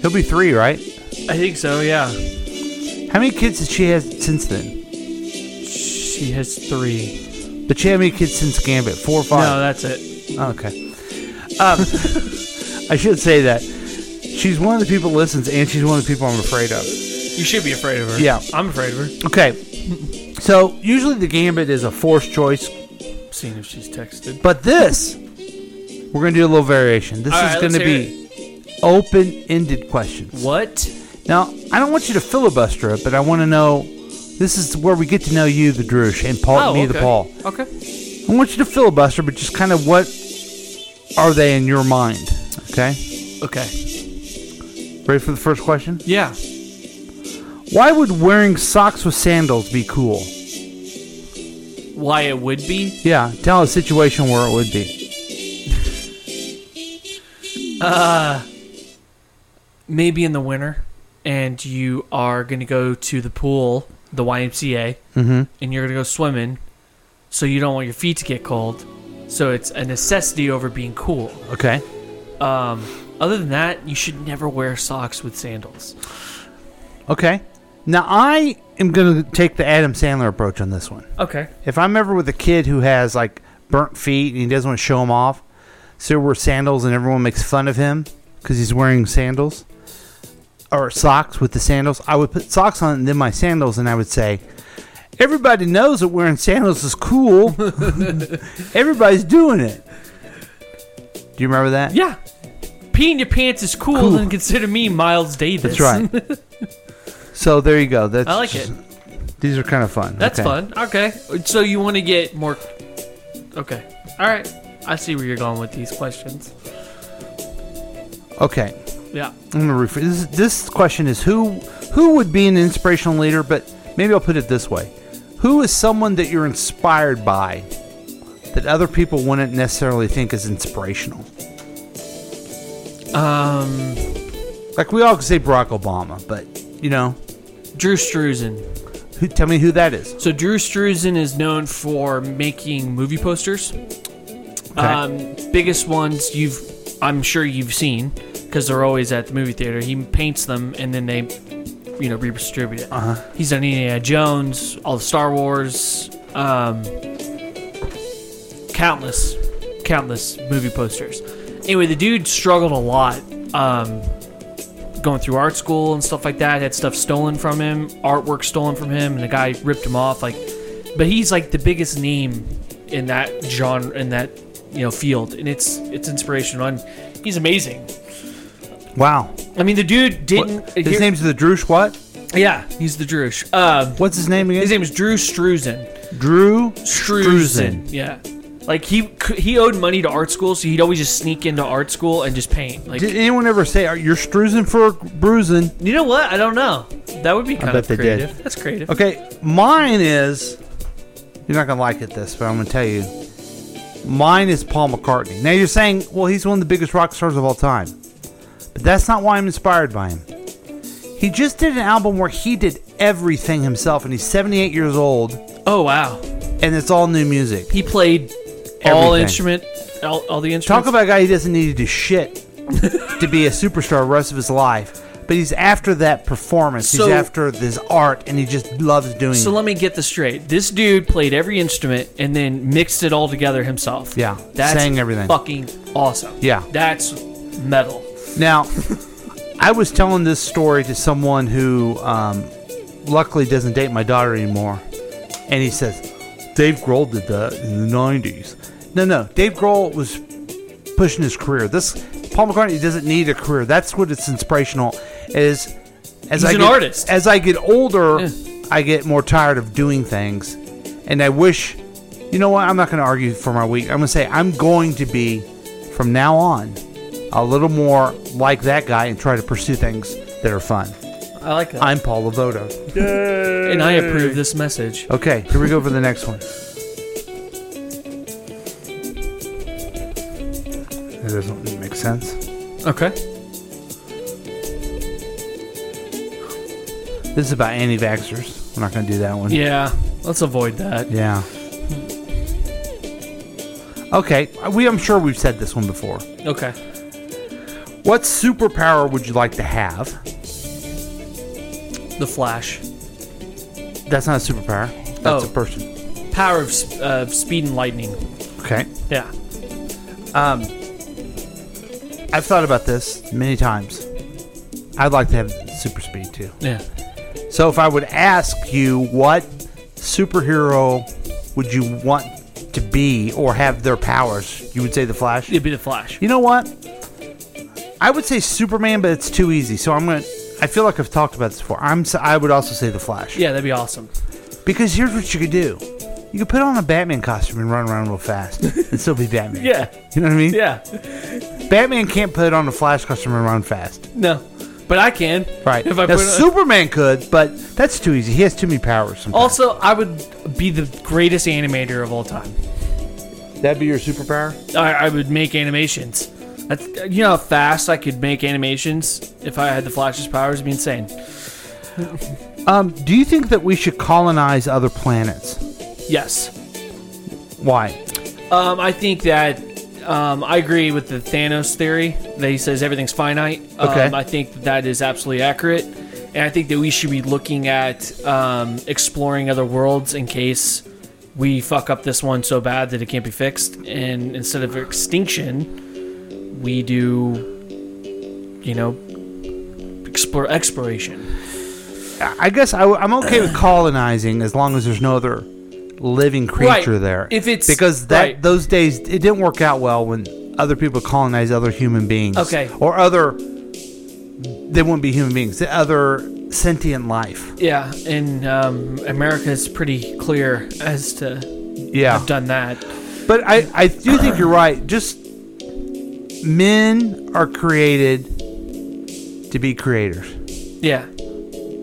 H: He'll be three, right?
I: I think so. Yeah.
H: How many kids has she had since then?
I: She has three.
H: But she had many kids since Gambit? Four or five?
I: No, that's it.
H: Oh, okay. Um, I should say that she's one of the people that listens, and she's one of the people I'm afraid of.
I: You should be afraid of her.
H: Yeah.
I: I'm afraid of her.
H: Okay. So usually the Gambit is a forced choice,
I: Seeing if she's texted.
H: but this we're gonna do a little variation. This
I: All
H: is
I: right,
H: gonna
I: let's hear
H: be open-ended questions.
I: What?
H: Now I don't want you to filibuster it, but I want to know. This is where we get to know you, the Drush, and Paul, me, the Paul.
I: Oh, Okay.
H: I want you to filibuster, but just kind of what are they in your mind? Okay.
I: Okay.
H: Ready for the first question?
I: Yeah.
H: Why would wearing socks with sandals be cool?
I: Why it would be?
H: Yeah, tell a situation where it would be.
I: Uh, maybe in the winter, and you are going to go to the pool, the YMCA,
H: Mhm.
I: and you're going to go swimming, so you don't want your feet to get cold. So it's a necessity over being cool.
H: Okay.
I: Um, other than that, you should never wear socks with sandals.
H: Okay. Now I am going to take the Adam Sandler approach on this one.
I: Okay.
H: If I'm ever with a kid who has like burnt feet and he doesn't want to show them off, so he wears sandals and everyone makes fun of him because he's wearing sandals or socks with the sandals, I would put socks on and then my sandals and I would say, Everybody knows that wearing sandals is cool. Everybody's doing it. Do you remember that?
I: Yeah. Peeing your pants is cool,
H: Cool.
I: then consider me Miles
H: That's
I: Davis.
H: right. So there you go. That's
I: I like it.
H: These are kind of fun.
I: That's
H: Okay.
I: fun. Okay. So you want to get more. Okay. All right. I see where you're going with these questions.
H: Okay.
I: Yeah.
H: I'm gonna rephr- this. This question is who who would be an inspirational leader? But maybe I'll put it this way: Who is someone that you're inspired by that other people wouldn't necessarily think is inspirational?
I: Um,
H: like we all could say Barack Obama, but you know,
I: Drew Struzan.
H: Who, tell me who that is.
I: So Drew Struzan is known for making movie posters. Um, biggest ones you've, I'm sure you've seen, because they're always at the movie theater. He paints them and then they, you know, redistribute it.
H: Uh-huh.
I: He's done Indiana Jones, all the Star Wars, um, countless, countless movie posters. Anyway, the dude struggled a lot. Um, going through art school and stuff like that. Had stuff stolen from him, artwork stolen from him, and the guy ripped him off. Like, but he's like the biggest name in that genre, in that you know field, and it's it's inspirational. And he's amazing.
H: Wow.
I: I mean, the dude didn't.
H: His
I: here-
H: name's the Drush. What?
I: Yeah, he's the Drush. Um,
H: What's his name again?
I: His name is Drew Struzan.
H: Drew
I: Struzan. Yeah. Like he c- he owed money to art school, so he'd always just sneak into art school and just paint. Like
H: Did anyone ever say "Are you're Struzan for bruising"?
I: you know what? I don't know. That would be kind
H: bet
I: of
H: they did.
I: creative. That's creative.
H: Okay, mine is. You're not gonna like it this, but I'm gonna tell you. Mine is Paul McCartney. Now you're saying, well, he's one of the biggest rock stars of all time, but that's not why I'm inspired by him. He just did an album where he did everything himself, and he's 78 years old.
I: Oh wow!
H: And it's all new music.
I: He played all
H: Everything.
I: instrument, all, all the instruments.
H: Talk about a guy who doesn't need to do shit to be a superstar the rest of his life. but he's after that performance.
I: So-
H: he's after this art, and he just loves doing
I: So
H: it.
I: let me get this straight. This dude played every instrument and then mixed it all together himself.
H: Yeah,
I: That's
H: sang everything.
I: fucking awesome.
H: Yeah.
I: That's metal.
H: Now, I was telling this story to someone who um, luckily doesn't date my daughter anymore, and he says, Dave Grohl did that in the 90s. No, no, Dave Grohl was pushing his career. This Paul McCartney doesn't need a career. That's what it's inspirational is as
I: He's
H: I
I: an
H: get,
I: artist.
H: As I get older, I get more tired of doing things, and I wish, you know what? I'm not going to argue for my week. I'm going to say I'm going to be from now on a little more like that guy and try to pursue things that are fun.
I: I like that.
H: I'm Paul Lavoto.
I: and I approve this message.
H: Okay, here we go for the next one. That doesn't make sense.
I: Okay.
H: This is about anti-vaxxers. We're not going to do that one.
I: Yeah. Let's avoid that.
H: Yeah. Okay, we I'm sure we've said this one before.
I: Okay.
H: What superpower would you like to have?
I: The Flash.
H: That's not a superpower. That's
I: Oh.
H: a person.
I: Power of s- uh, speed and lightning.
H: Okay.
I: Yeah.
H: Um I've thought about this many times. I'd like to have super speed too.
I: Yeah.
H: So if I would ask you what superhero would you want to be or have their powers, you would say the Flash?
I: It'd be the Flash.
H: You know what? I would say Superman, but it's too easy. So I'm going to I feel like I've talked about this before. I'm s- I would also say the Flash.
I: Yeah, that'd be awesome.
H: Because here's what you could do. You could put on a Batman costume and run around real fast and still be Batman.
I: Yeah.
H: You know what I mean?
I: Yeah.
H: Batman can't put on a Flash costume and run fast.
I: No. But I can.
H: Right.
I: If I
H: now,
I: put it on-
H: Superman could, but that's too easy. He has too many powers. Sometimes.
I: Also, I would be the greatest animator of all time.
H: That'd be your superpower?
I: I, I would make animations. That's, you know how fast I could make animations if I had the Flash's powers? It'd be insane.
H: Um, do you think that we should colonize other planets?
I: Yes.
H: Why?
I: Um, I think that um, I agree with the Thanos theory that he says everything's finite. Um,
H: Okay.
I: I think that, that is absolutely accurate. And I think that we should be looking at um, exploring other worlds in case we fuck up this one so bad that it can't be fixed. And instead of extinction, we do, you know, explore exploration.
H: I guess I, am okay with colonizing as long as there's no other living creature
I: Right.
H: there.
I: If it's-
H: because that
I: right.
H: those days it didn't work out well when other people colonized other human beings.
I: Okay.
H: Or other they wouldn't be human beings. The other sentient life.
I: Yeah, and um, America is pretty clear as to
H: Yeah.
I: have done that.
H: But I, I do think you're right. Just men are created to be creators.
I: Yeah.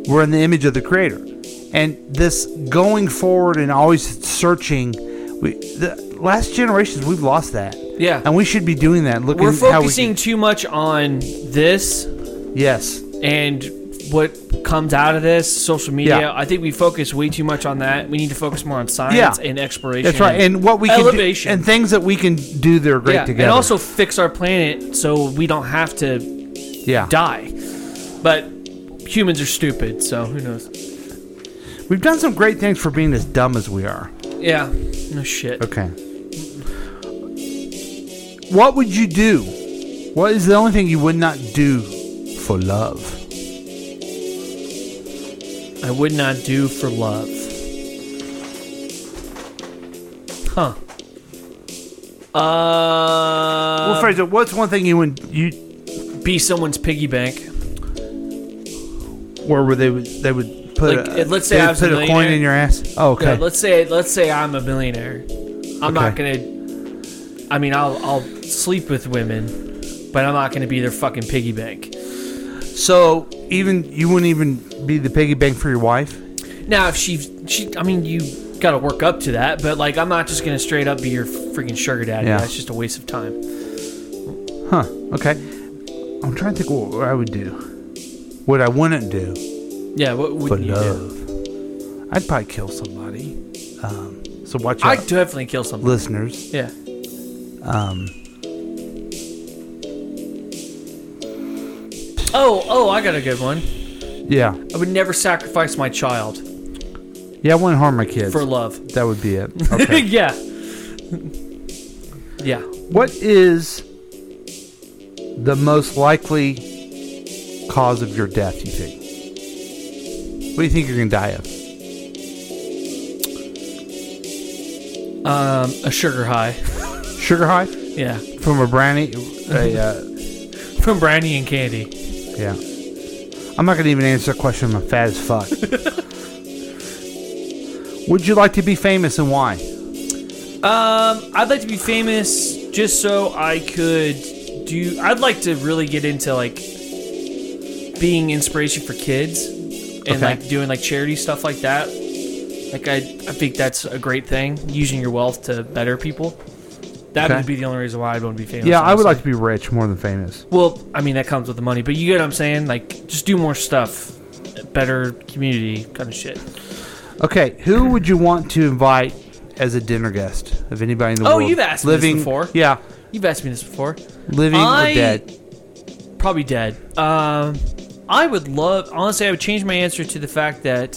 H: We're in the image of the creator. And this going forward and always searching, we, the last generations, we've lost that.
I: Yeah.
H: And we should be doing that. Looking
I: We're
H: how we
I: focusing too much on this.
H: Yes.
I: And what comes out of this, social media.
H: Yeah.
I: I think we focus way too much on that. We need to focus more on science and exploration.
H: That's right. And what we can
I: elevation.
H: do, and things that we can do that are great
I: yeah.
H: together.
I: And also fix our planet so we don't have to
H: yeah.
I: die. But humans are stupid, so who knows?
H: We've done some great things for being as dumb as we are.
I: Yeah. No shit.
H: Okay. What would you do? What is the only thing you would not do for love?
I: I would not do for love. Huh. Uh,
H: well, Fraser, what's one thing you would you
I: be someone's piggy bank.
H: where where they would they would put
I: Like,
H: a,
I: let's say
H: they
I: I
H: would
I: was a
H: put a, coin
I: millionaire.
H: in your ass? Oh, okay.
I: Yeah, let's say let's say I'm a millionaire. I'm not gonna. I mean, I'll I'll sleep with women, but I'm not gonna be their fucking piggy bank.
H: so even you wouldn't even be the piggy bank for your wife.
I: Now, if she she, I mean, you gotta work up to that. But like, I'm not just gonna straight up be your freaking sugar daddy.
H: Yeah.
I: That's just a waste of time.
H: Huh. Okay. I'm trying to think what I would do. What I wouldn't do
I: Yeah. What
H: for
I: would you do?
H: love. I'd probably kill somebody. Um, so watch out,
I: I'd definitely kill somebody.
H: listeners.
I: Yeah.
H: Um,
I: Oh, oh, I got a good one.
H: Yeah.
I: I would never sacrifice my child
H: Yeah, I wouldn't harm my kids.
I: for love.
H: That would be it. Okay.
I: yeah. Yeah.
H: What is the most likely cause of your death, you think? What do you think you're going to die of?
I: Um, a sugar high.
H: Sugar high?
I: Yeah.
H: From a brownie? A, uh,
I: From brownie and candy.
H: yeah. I'm not going to even answer that question. I'm fat as fuck. Would you like to be famous and why?
I: Um, I'd like to be famous just so I could do. I'd like to really get into like being inspiration for kids and
H: Okay.
I: like doing like charity stuff like that. Like I, I think that's a great thing. Using your wealth to better people. That
H: Okay.
I: would be the only reason why I'd want to be famous.
H: Yeah, I would
I: honestly.
H: like to be rich more than famous.
I: Well, I mean that comes with the money, but you get what I'm saying. Like, just do more stuff, better community kind of shit.
H: Okay, who would you want to invite as a dinner guest of anybody in the
I: Oh,
H: world?
I: you've asked me this
H: living,
I: before.
H: Yeah,
I: You've asked me this before.
H: living
I: I-
H: or dead.
I: Probably dead. Um, I would love. Honestly, I would change my answer to the fact that.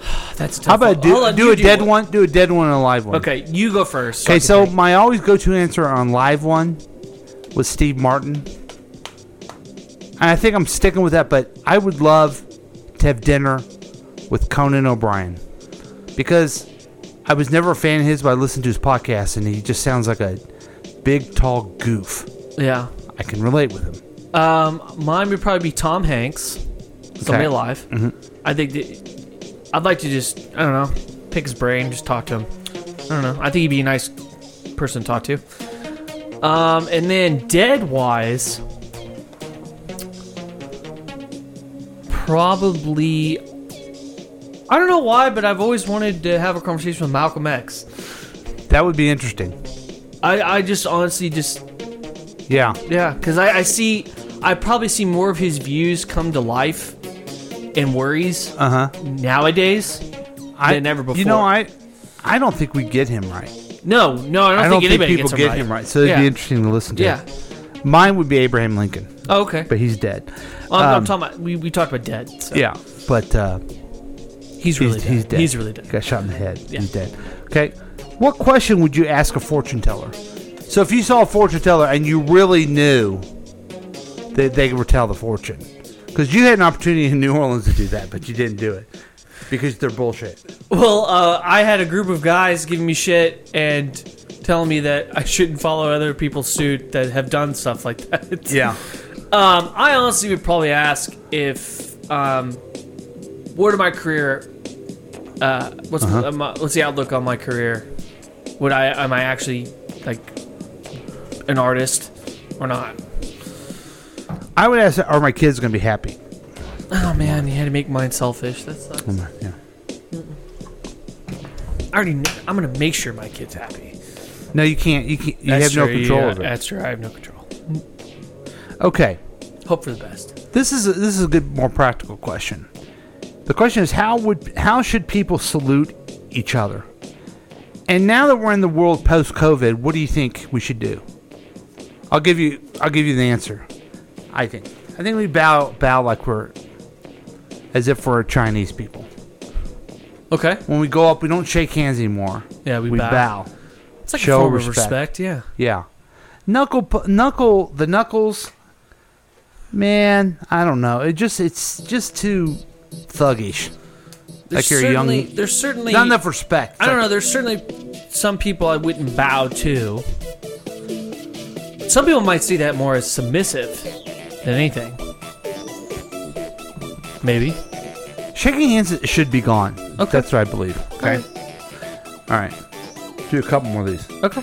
I: That's a tough.
H: How about
I: one.
H: do,
I: I'll let
H: do
I: you
H: a dead
I: one.
H: one? Do a dead one and a live one.
I: Okay, you go first. I
H: Okay,
I: can
H: so
I: think.
H: my always go-to answer on live one was Steve Martin, and I think I'm sticking with that. But I would love to have dinner with Conan O'Brien because I was never a fan of his, but I listened to his podcast, and he just sounds like a big, tall goof.
I: Yeah.
H: I can relate with him.
I: Um, mine would probably be Tom Hanks, somebody
H: Okay.
I: alive.
H: Mhm.
I: I think that I'd like to just I don't know pick his brain, just talk to him. I don't know. I think he'd be a nice person to talk to. Um, and then dead wise, probably. I don't know why, but I've always wanted to have a conversation with Malcolm X.
H: That would be interesting.
I: I, I just honestly just
H: Yeah.
I: yeah, because I, I see, I probably see more of his views come to life and worries
H: Uh huh.
I: nowadays
H: I-
I: than ever before.
H: You know, I I don't think we get him right.
I: no, no, I don't, think, anybody
H: people
I: gets
H: get
I: him right.
H: him right. So it'd
I: yeah.
H: be interesting to listen to.
I: Yeah.
H: Mine would be Abraham Lincoln.
I: Oh, okay.
H: But he's dead.
I: Well, I'm, I'm
H: Um,
I: talking about we, we talked about dead. So.
H: Yeah, but uh,
I: he's really
H: he's,
I: dead.
H: dead.
I: He's really dead.
H: Got shot in the head. He's dead. Okay. What question would you ask a fortune teller? So if you saw a fortune teller and you really knew that they would tell the fortune, because you had an opportunity in New Orleans to do that, but you didn't do it because they're bullshit.
I: Well, uh, I had a group of guys giving me shit and telling me that I shouldn't follow other people's suit that have done stuff like that.
H: Yeah.
I: Um, I honestly would probably ask if um, what are my career? Uh, what's
H: Uh-huh.
I: uh, my, what's the outlook on my career? Would I am I actually like an artist or not?
H: I would ask, are my kids going to be happy?
I: Oh man, you had to make mine selfish. That sucks.
H: Oh my, yeah.
I: I already. Kn- I'm gonna make sure my kid's happy.
H: No, you can't. You can't. You
I: That's
H: have no
I: true,
H: control
I: yeah,
H: over it.
I: That's true. I have no control.
H: Okay.
I: Hope for the best.
H: This is a, this is a good, more practical question. The question is how would how should people salute each other? And now that we're in the world post COVID, what do you think we should do? I'll give you I'll give you the answer. I think I think we bow bow like we're as if we're Chinese people.
I: Okay.
H: When we go up, we don't shake hands anymore.
I: Yeah, we bow. It's like a
H: Show
I: form of respect, yeah.
H: Yeah. Knuckle, pu- knuckle, the knuckles. Man, I don't know. It just, it's just too thuggish. like you're a young.
I: certainly- There's certainly
H: not enough respect.
I: I don't know. There's certainly some people I wouldn't bow to. Some people might see that more as submissive than anything. Maybe.
H: Shaking hands should be gone. Okay. That's what I believe.
I: Okay.
H: All right. Do a couple more of these.
I: Okay.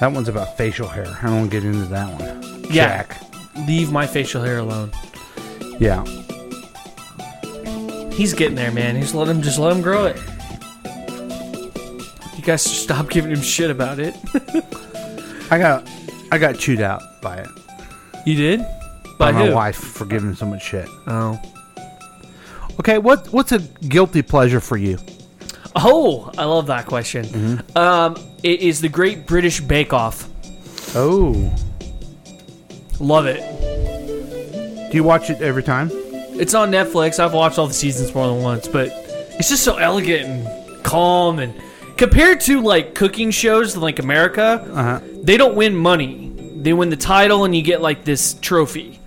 H: That one's about facial hair. I don't want to get into that one.
I: Yeah. Leave my facial hair alone.
H: Jack. Yeah.
I: He's getting there, man. Just let him. Just let him grow it. You guys should stop giving him shit about it.
H: I got, I got chewed out by it.
I: You did?
H: By,
I: By
H: my
I: who?
H: wife for giving so much shit.
I: Oh.
H: Okay. What What's a guilty pleasure for you?
I: Mm-hmm. Oh, I love that question. Um, it is the Great British Bake Off.
H: Oh.
I: Love it.
H: Do you watch it every time?
I: It's on Netflix. I've watched all the seasons more than once, but it's just so elegant and calm. And compared to like cooking shows in, like America,
H: Uh-huh.
I: they don't win money. They win the title and you get like this trophy.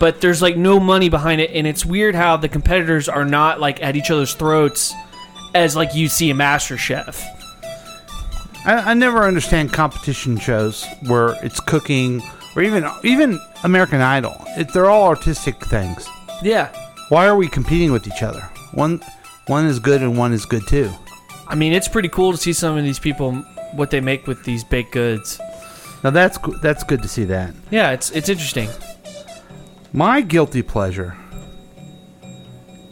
I: But there's like no money behind it, and it's weird how the competitors are not like at each other's throats as like you see a Master Chef.
H: I, I never understand competition shows where it's cooking or even even American Idol. It, they're all artistic things.
I: Yeah.
H: Why are we competing with each other? One one is good and one is good too.
I: I mean, it's pretty cool to see some of these people what they make with these baked goods.
H: Now that's go- that's good to see that.
I: Yeah, it's it's interesting.
H: My guilty pleasure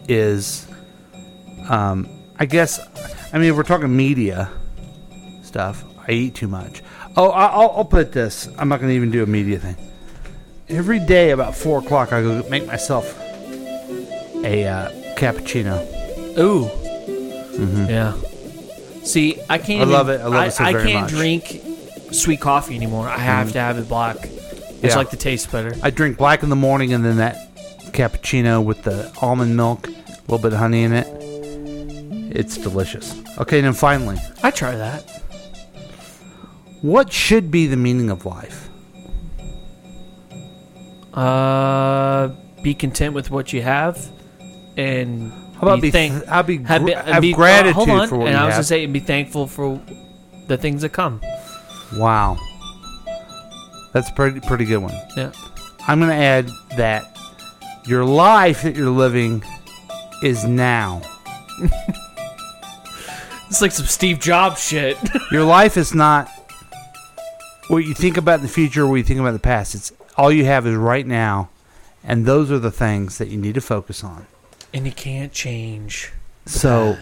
H: is, um, I guess, I mean, if we're talking media stuff. I eat too much. Oh, I- I'll, I'll put this. I'm not going to even do a media thing. Every day about four o'clock, I go make myself a uh, cappuccino.
I: Ooh.
H: Mhm.
I: Yeah. See, I can't.
H: I
I: even-
H: love it. I love it so
I: I
H: very
I: can't
H: much.
I: drink sweet coffee anymore. I have
H: Mhm.
I: to have it black. It's
H: Yeah.
I: like the taste better.
H: I drink black in the morning and then that cappuccino with the almond milk, a little bit of honey in it. It's delicious. Okay, and then finally,
I: I try that.
H: What should be the meaning of life?
I: Uh, be content with what you have, and
H: How about be
I: thank-
H: th- how be
I: have,
H: gr-
I: be-
H: have
I: be-
H: gratitude
I: hold on,
H: for what
I: and
H: you
I: I was gonna
H: have.
I: say, and be thankful for the things that come.
H: Wow. That's a pretty pretty good one.
I: Yeah.
H: I'm gonna add that your life that you're living is now.
I: It's like some Steve Jobs shit.
H: your life is not what you think about in the future or what you think about in the past. It's all you have is right now, and those are the things that you need to focus on.
I: and you can't change. the
H: so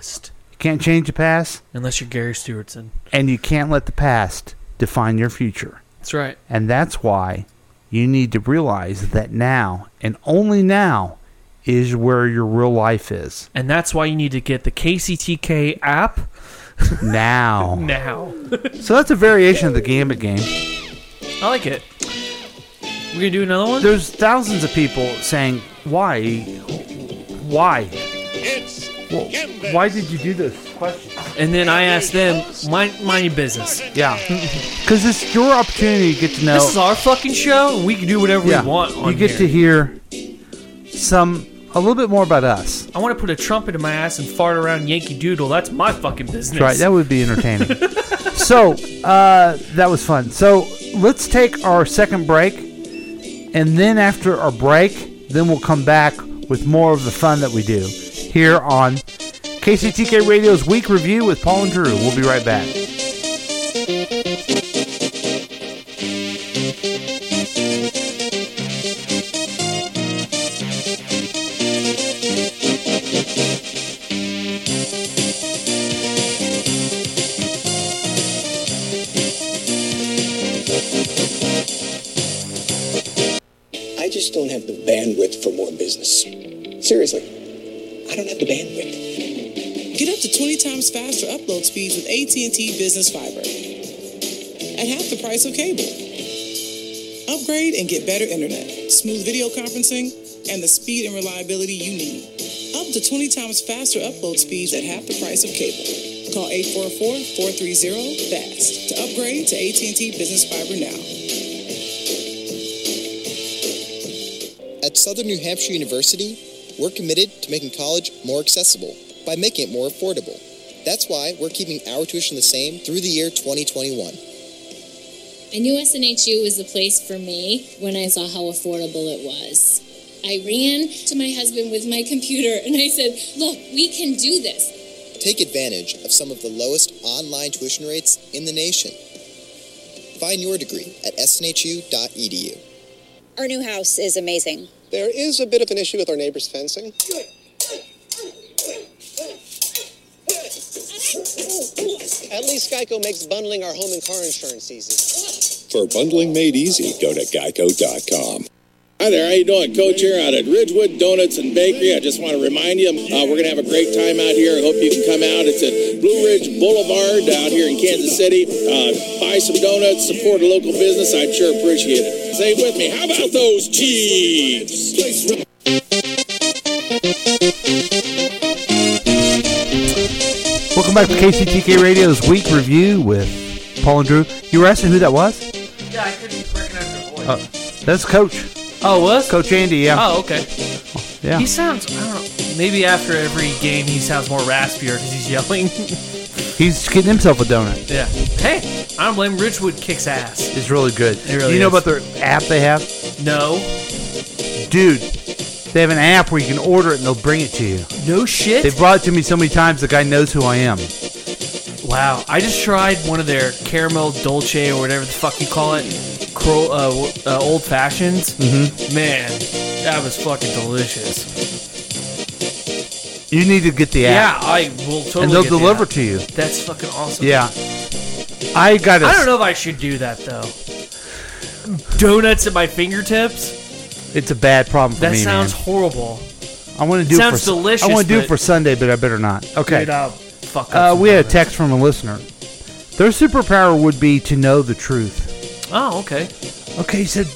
H: you can't change the past,
I: unless you're Gary Stewartson,
H: and you can't let the past define your future.
I: that's right.
H: And that's why you need to realize that now and only now is where your real life is.
I: And that's why you need to get the KCTK app
H: Now.
I: now.
H: So that's a variation of the Gambit game.
I: I like it. We're gonna do another one.
H: There's thousands of people saying, "Why? Why? Well, why did you do this question?"
I: And then I asked them, "Mind, mind your business."
H: Yeah, because it's your opportunity to get to know.
I: This is our fucking show. and We can do whatever
H: Yeah.
I: we want. On
H: you get to
I: here.
H: hear some a little bit more about us.
I: I want to put a trumpet in my ass and fart around Yankee Doodle. That's my fucking business.
H: That's right. That would be entertaining. so uh, that was fun. So let's take our second break, and then after our break, then we'll come back with more of the fun that we do here on KCTK Radio's Week Review with Paul and Drew. We'll be right back.
D: I just don't have the bandwidth for more business. Seriously, I don't have the bandwidth.
U: Get up to 20 times faster upload speeds with AT&T Business Fiber at half the price of cable. Upgrade and get better internet, smooth video conferencing, and the speed and reliability you need. Up to 20 times faster upload speeds at half the price of cable. Call 844-430-FAST to upgrade to AT&T Business Fiber now.
V: At Southern New Hampshire University, we're committed to making college more accessible by making it more affordable. That's why we're keeping our tuition the same through the year 2021.
W: I knew SNHU was the place for me when I saw how affordable it was. I ran to my husband with my computer and I said, Look, we can do this.
V: Take advantage of some of the lowest online tuition rates in the nation. Find your degree at snhu.edu.
X: Our new house is amazing.
Y: There is a bit of an issue with our neighbor's fencing. At least Geico makes bundling our home and car insurance easy.
Z: For bundling made easy, go to geico.com.
A: Hi there, how you doing? Co-chair out at Ridgewood Donuts and Bakery. I just want to remind you, uh, we're going to have a great time out here. I hope you can come out. It's at Blue Ridge Boulevard out here in Kansas City. Uh, buy some donuts, support a local business. I'd sure appreciate it. Say it with me, how about those Chiefs?
H: Welcome back to KCTK Radio's Week Review with Paul and Drew. You were asking who that was?
I: Yeah, I couldn't recognize your voice.
H: Uh, that's Coach.
I: Oh, was
H: Coach Andy? Yeah.
I: Oh, okay.
H: Yeah.
I: He sounds. I don't know. Maybe after every game, he sounds more raspier because he's yelling.
H: He's getting himself a donut.
I: yeah. Hey, I don't blame Ridgewood kicks ass.
H: It's really good.
I: It really
H: you know
I: is.
H: about their app they have,
I: No.
H: dude? They have an app where you can order it and they'll bring it to you.
I: No shit.
H: They brought it to me so many times the guy knows who I am.
I: Wow, I just tried one of their caramel dolce or whatever the fuck you call it, cro- uh, w- uh, old fashions.
H: Mhm.
I: Man, that was fucking delicious.
H: You need to get the
I: Yeah,
H: app.
I: I will totally.
H: and they'll
I: get the
H: deliver
I: app.
H: to you.
I: That's fucking awesome.
H: Yeah. I got it.
I: I don't know if I should do that though. Donuts at my fingertips.
H: It's a bad problem for
I: That
H: me.
I: sounds
H: man.
I: horrible.
H: I want to do
I: sounds
H: it for,
I: delicious,
H: I want to do
I: but-
H: it for Sunday, but I better not. Okay.
I: Dude, I'll fuck up
H: Uh,
I: some
H: we had a
I: donuts.
H: text from a listener. Their superpower would be to know the truth.
I: Oh, okay.
H: Okay, he said,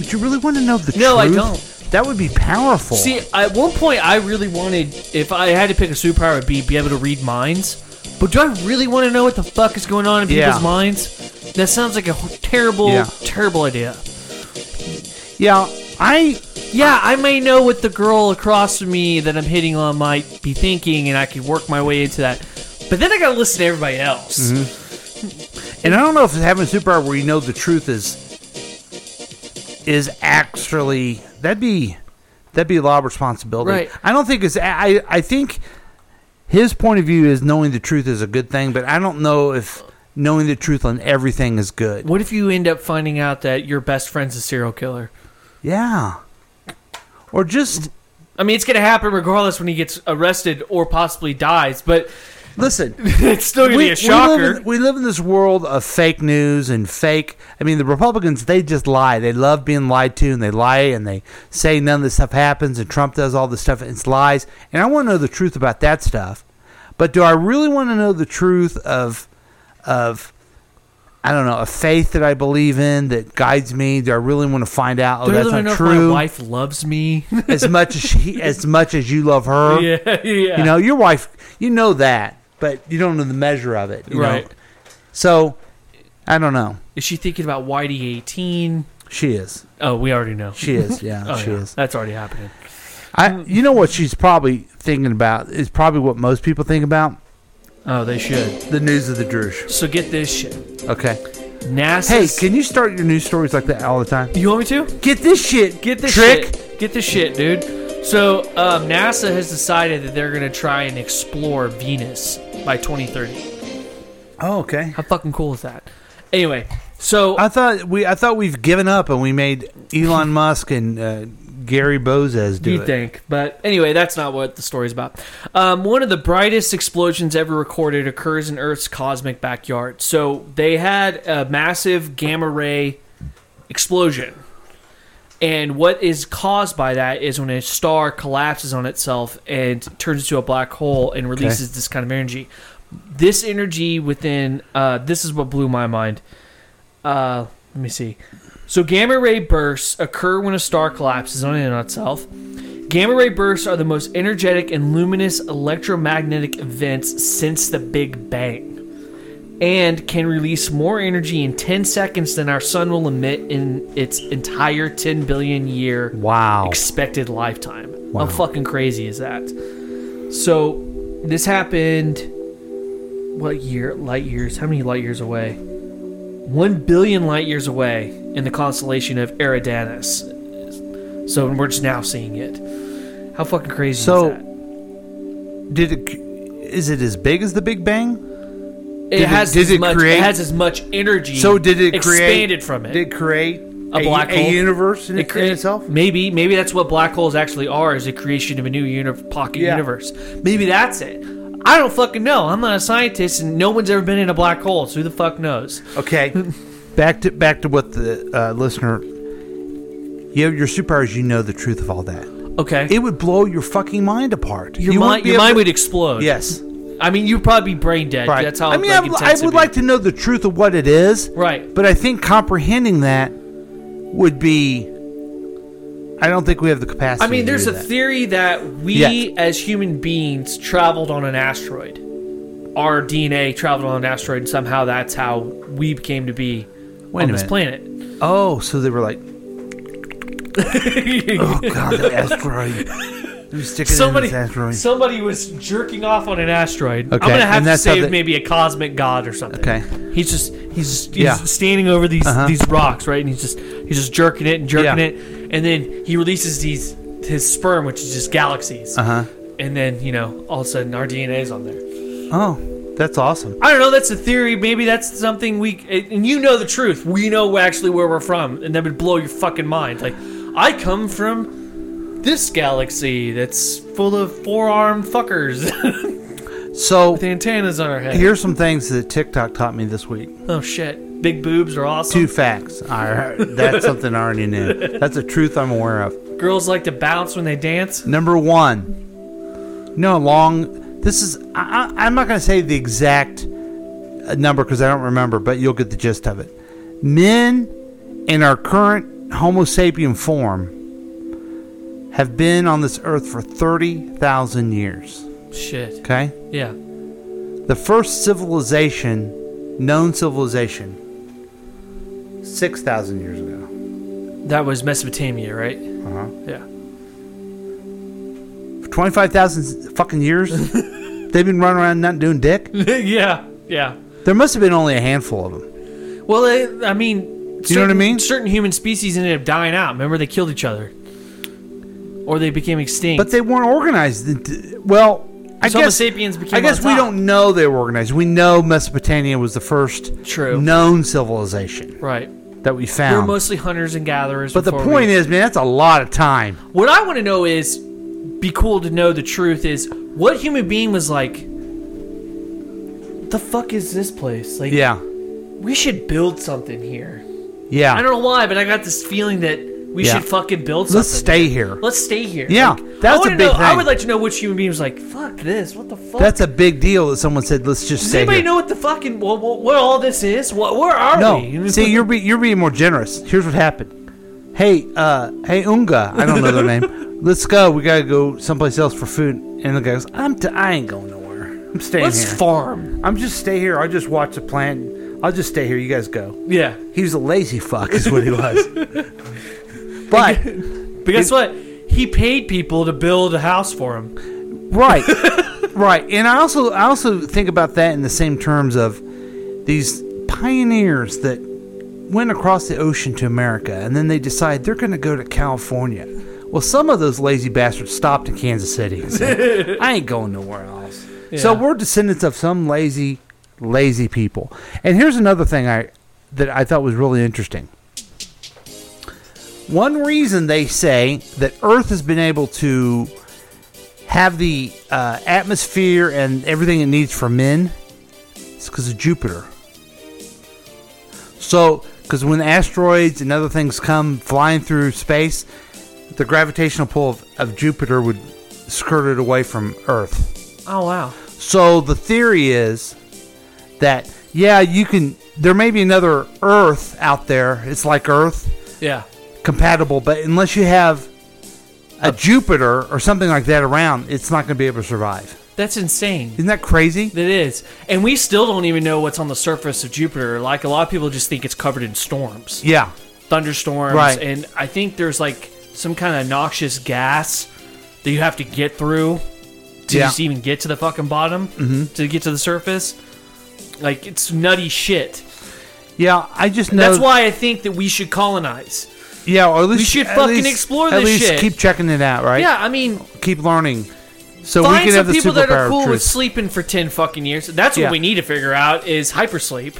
H: would you really want to know the
I: No, I
H: truth?
I: don't.
H: That would be powerful.
I: See, at one point, I really wanted, if I had to pick a superpower, it'd be, be able to read minds. But do I really want to know what the fuck is going on in
H: Yeah.
I: people's minds? That sounds like a h- terrible,
H: Yeah.
I: terrible idea.
H: yeah, I.
I: Yeah, I may know what the girl across from me that I'm hitting on might be thinking, and I could work my way into that. But then I gotta listen to everybody else.
H: Mm-hmm. Mhm. And I don't know if having a superpower where you know the truth is is actually that'd be that'd be a lot of responsibility.
I: Right.
H: I don't think it's. I I think his point of view is knowing the truth is a good thing, but I don't know if knowing the truth on everything is good.
I: What if you end up finding out that your best friend's a serial killer?
H: Yeah. Or just.
I: I mean, it's gonna happen regardless when he gets arrested or possibly dies. But
H: listen,
I: it's still gonna be a
H: We
I: shocker.
H: live, in, we live in this world of fake news and fake. I mean, the Republicans they just lie. They love being lied to, and they lie and they say none of this stuff happens, and Trump does all this stuff. and It's lies, and I want to know the truth about that stuff. But do I really want to know the truth of of I don't know a faith that I believe in that guides me? Do I really want to find out? Oh,
I: Do I
H: that's
I: really know
H: not
I: if
H: true.
I: My wife loves me.
H: as much as she, as much as you love her.
I: Yeah, yeah.
H: You know, your wife, you know that, but you don't know the measure of it, you know?
I: Right.
H: So, I don't know.
I: Is she thinking about Whitey 18?
H: She is.
I: Oh, we already know.
H: She is, yeah,
I: oh,
H: she is.
I: That's already happening.
H: I, you know what she's probably thinking about is probably what most people think about.
I: Oh, they should.
H: The news of the Drush.
I: So get this shit.
H: Okay.
I: NASA.
H: Hey, can you start your news stories like that all the time?
I: You want me to?
H: Get this shit.
I: Get this
H: trick.
I: shit. Get this shit, dude. So um, NASA has decided that they're gonna try and explore Venus by 2030.
H: Oh, okay.
I: How fucking cool is that? Anyway, so
H: I thought we I thought we've given up and we made Elon Musk and uh, Gary Bozes do
I: you
H: it.
I: think. But anyway, that's not what the story's about. Um, one of the brightest explosions ever recorded occurs in Earth's cosmic backyard. So they had a massive gamma ray explosion. And what is caused by that is when a star collapses on itself and turns into a black hole and releases this kind of energy. This energy within, uh, this is what blew my mind. Uh, let me see. So gamma ray bursts occur when a star collapses on in on itself. Gamma ray bursts are the most energetic and luminous electromagnetic events since the Big Bang and can release more energy in 10 seconds than our sun will emit in its entire 10 billion year
H: wow
I: expected lifetime.
H: Wow.
I: How fucking crazy is that? So this happened what year? Light years. How many light years away? 1 billion light years away in the constellation of Eridanus. So we're just now seeing it. How fucking crazy
H: So,
I: is that?
H: did it? Is it as big as the Big Bang?
I: It
H: did it-
I: has
H: did
I: as
H: it
I: much,
H: create-
I: it has as much energy
H: So did it create-
I: expanded from it.
H: Did it create
I: a black
H: a
I: hole?
H: universe in,
I: It
H: it- in
I: crea-
H: itself?
I: Maybe maybe that's what black holes actually are is the creation of a new uni- pocket
H: Yeah.
I: universe. Maybe that's it. I don't fucking know. I'm not a scientist and no one's ever been in a black hole, so who the fuck knows?
H: Okay, back to back to what the uh, listener. You have your superpowers. You know the truth of all that.
I: Okay.
H: It would blow your fucking mind apart.
I: Your
H: You wouldn't
I: mind,
H: be
I: your
H: able
I: mind
H: to-
I: would explode.
H: Yes.
I: I mean, you'd probably be brain dead.
H: Right.
I: That's how.
H: I mean,
I: like,
H: I- I,
I: intense it'd
H: would
I: be.
H: like to know the truth of what it is.
I: Right.
H: But I think comprehending that would be. I don't think we have the capacity.
I: I mean,
H: to
I: there's
H: do
I: a
H: that.
I: theory that we
H: Yeah.
I: as human beings traveled on an asteroid. Our DNA traveled on an asteroid, and somehow that's how we came to be
H: Wait
I: on
H: a
I: this
H: minute.
I: planet.
H: Oh, so they were like, oh god, that asteroid. Let me stick it
I: Somebody,
H: in this asteroid.
I: somebody was jerking off on an asteroid.
H: Okay,
I: I'm gonna
H: and
I: have to
H: that's how
I: say
H: they-
I: maybe a cosmic god or something.
H: Okay.
I: he's just he's, he's
H: Yeah.
I: standing over these
H: Uh-huh.
I: these rocks, right? And he's just he's just jerking it and jerking
H: Yeah.
I: it, and then he releases these his sperm, which is just galaxies.
H: Uh huh.
I: And then you know, all of a sudden, our DNA is on there.
H: Oh, that's awesome.
I: I don't know. That's a theory. Maybe that's something we and you know the truth. We know actually where we're from, and that would blow your fucking mind. Like, I come from this galaxy that's full of four-armed fuckers
H: So
I: with antennas on our head.
H: here's some things that TikTok taught me this week.
I: oh shit, big boobs are awesome.
H: Two facts. I, that's something I already knew. That's a truth I'm aware of.
I: Girls like to bounce when they dance.
H: Number one, you know, how long. This is. I, I, I'm not going to say the exact uh, number because I don't remember, but you'll get the gist of it. Men in our current Homo sapien form have been on this earth for 30,000 years.
I: Shit.
H: Okay?
I: Yeah.
H: The first civilization, known civilization, 6,000 years ago.
I: That was Mesopotamia, right? Uh
H: huh.
I: Yeah.
H: For 25,000 fucking years, they've been running around not doing dick.
I: yeah. Yeah.
H: There must have been only a handful of them.
I: Well, it, I mean,
H: You know what I mean?
I: Certain human species ended up dying out. Remember, they killed each other, or they became extinct.
H: But they weren't organized. into- Well, I
I: So Homo
H: guess
I: sapiens became
H: I guess
I: on
H: we
I: top.
H: don't know they were organized. We know Mesopotamia was the first
I: True.
H: known civilization
I: right.
H: that we
I: We were
H: found.
I: mostly hunters and gatherers.
H: but the
I: before we-
H: point is, man, that's a lot of time.
I: what I want to know is, be cool to know the truth is what human being was like. The fuck is this place? Like,
H: Yeah,
I: we should build something here.
H: yeah.
I: I don't know why, but I got this feeling that we
H: Yeah.
I: should fucking build something.
H: Let's stay here.
I: Let's stay here.
H: Yeah,
I: Like,
H: that's
I: I wanna
H: a big
I: know, I
H: thing.
I: would like to know which human being was like, fuck this. What the fuck?
H: That's a big deal that someone said. Let's just
I: Does
H: stay
I: anybody
H: here.
I: know what the fucking what, what, what all this is? What where are we?
H: no, see, you're be, you're being more generous. Here's what happened. Hey, uh, hey, Unga. I don't know their name. Let's go. We gotta go someplace else for food. And the guy goes, I'm t- I ain't going nowhere. I'm staying
I: Let's
H: here.
I: farm.
H: I'm just stay here. I'll just watch the plant. I'll just stay here. You guys go.
I: Yeah,
H: He was a lazy fuck, is what he was. but
I: but guess what? He paid people to build a house for him.
H: right, right. And I also I also think about that in the same terms of these pioneers that went across the ocean to America, and then they decide they're going to go to California. Well, some of those lazy bastards stopped in Kansas City. and said, I ain't going nowhere else. So
I: Yeah.
H: we're descendants of some lazy, lazy people. And here's another thing I that I thought was really interesting. One reason they say that Earth has been able to have the uh, atmosphere and everything it needs for men is because of Jupiter. So, because when asteroids and other things come flying through space, the gravitational pull of, of Jupiter would skirt it away from Earth.
I: Oh wow.
H: So the theory is that yeah, you can. There may be another Earth out there. It's like Earth
I: Yeah.
H: compatible, but unless you have a Jupiter or something like that around, it's not going to be able to survive.
I: That's insane.
H: Isn't that crazy?
I: That is. And we still don't even know what's on the surface of Jupiter. Like a lot of people just think it's covered in storms.
H: Yeah.
I: Thunderstorms
H: Right.
I: and I think there's like some kind of noxious gas that you have to get through to
H: Yeah.
I: just even get to the fucking bottom
H: Mhm.
I: to get to the surface. Like it's nutty shit.
H: Yeah, I just know.
I: That's why I think that we should colonize.
H: Yeah, or at least
I: should
H: at
I: fucking
H: least-
I: explore
H: at
I: this
H: least
I: shit.
H: Keep checking it out, right?
I: Yeah, I mean,
H: Keep learning, so
I: find
H: we can
I: some
H: have the
I: people that are
H: superpower
I: cool
H: of
I: with
H: truth.
I: sleeping for ten fucking years. That's what
H: Yeah.
I: we need to figure out is hypersleep.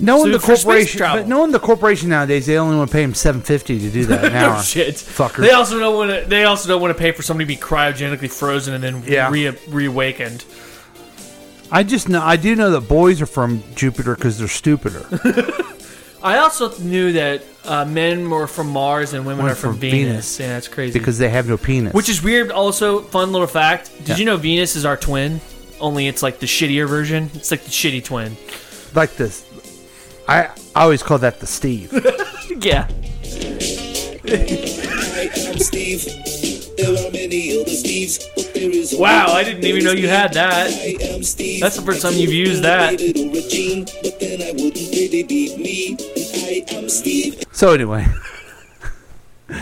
H: Knowing
I: so
H: the
I: for space
H: corporation,
I: travel.
H: but knowing the corporation nowadays, they only want to pay him seven fifty to do that an
I: No
H: hour.
I: Oh, shit.
H: fucker.
I: They also don't want to. They also don't want to pay for somebody to be cryogenically frozen and then
H: Yeah.
I: re- reawakened.
H: I just know I do know that boys are from Jupiter because they're stupider.
I: I also knew that uh, men were from Mars and women
H: We're
I: are from,
H: from
I: Venus.
H: Venus.
I: Yeah, that's crazy.
H: because they have no penis.
I: Which is weird. Also, fun little fact. Did
H: Yeah.
I: you know Venus is our twin? Only it's like the shittier version. It's like the shitty twin.
H: like this. I I always call that the Steve.
I: yeah.
B: I'm Steve. There are many other Steves, but there is only
I: Wow, I didn't even know you had that.
B: I am Steve.
I: That's the first time you've used that.
B: Regime, but then I wouldn't really be me. I am Steve.
H: so anyway. okay.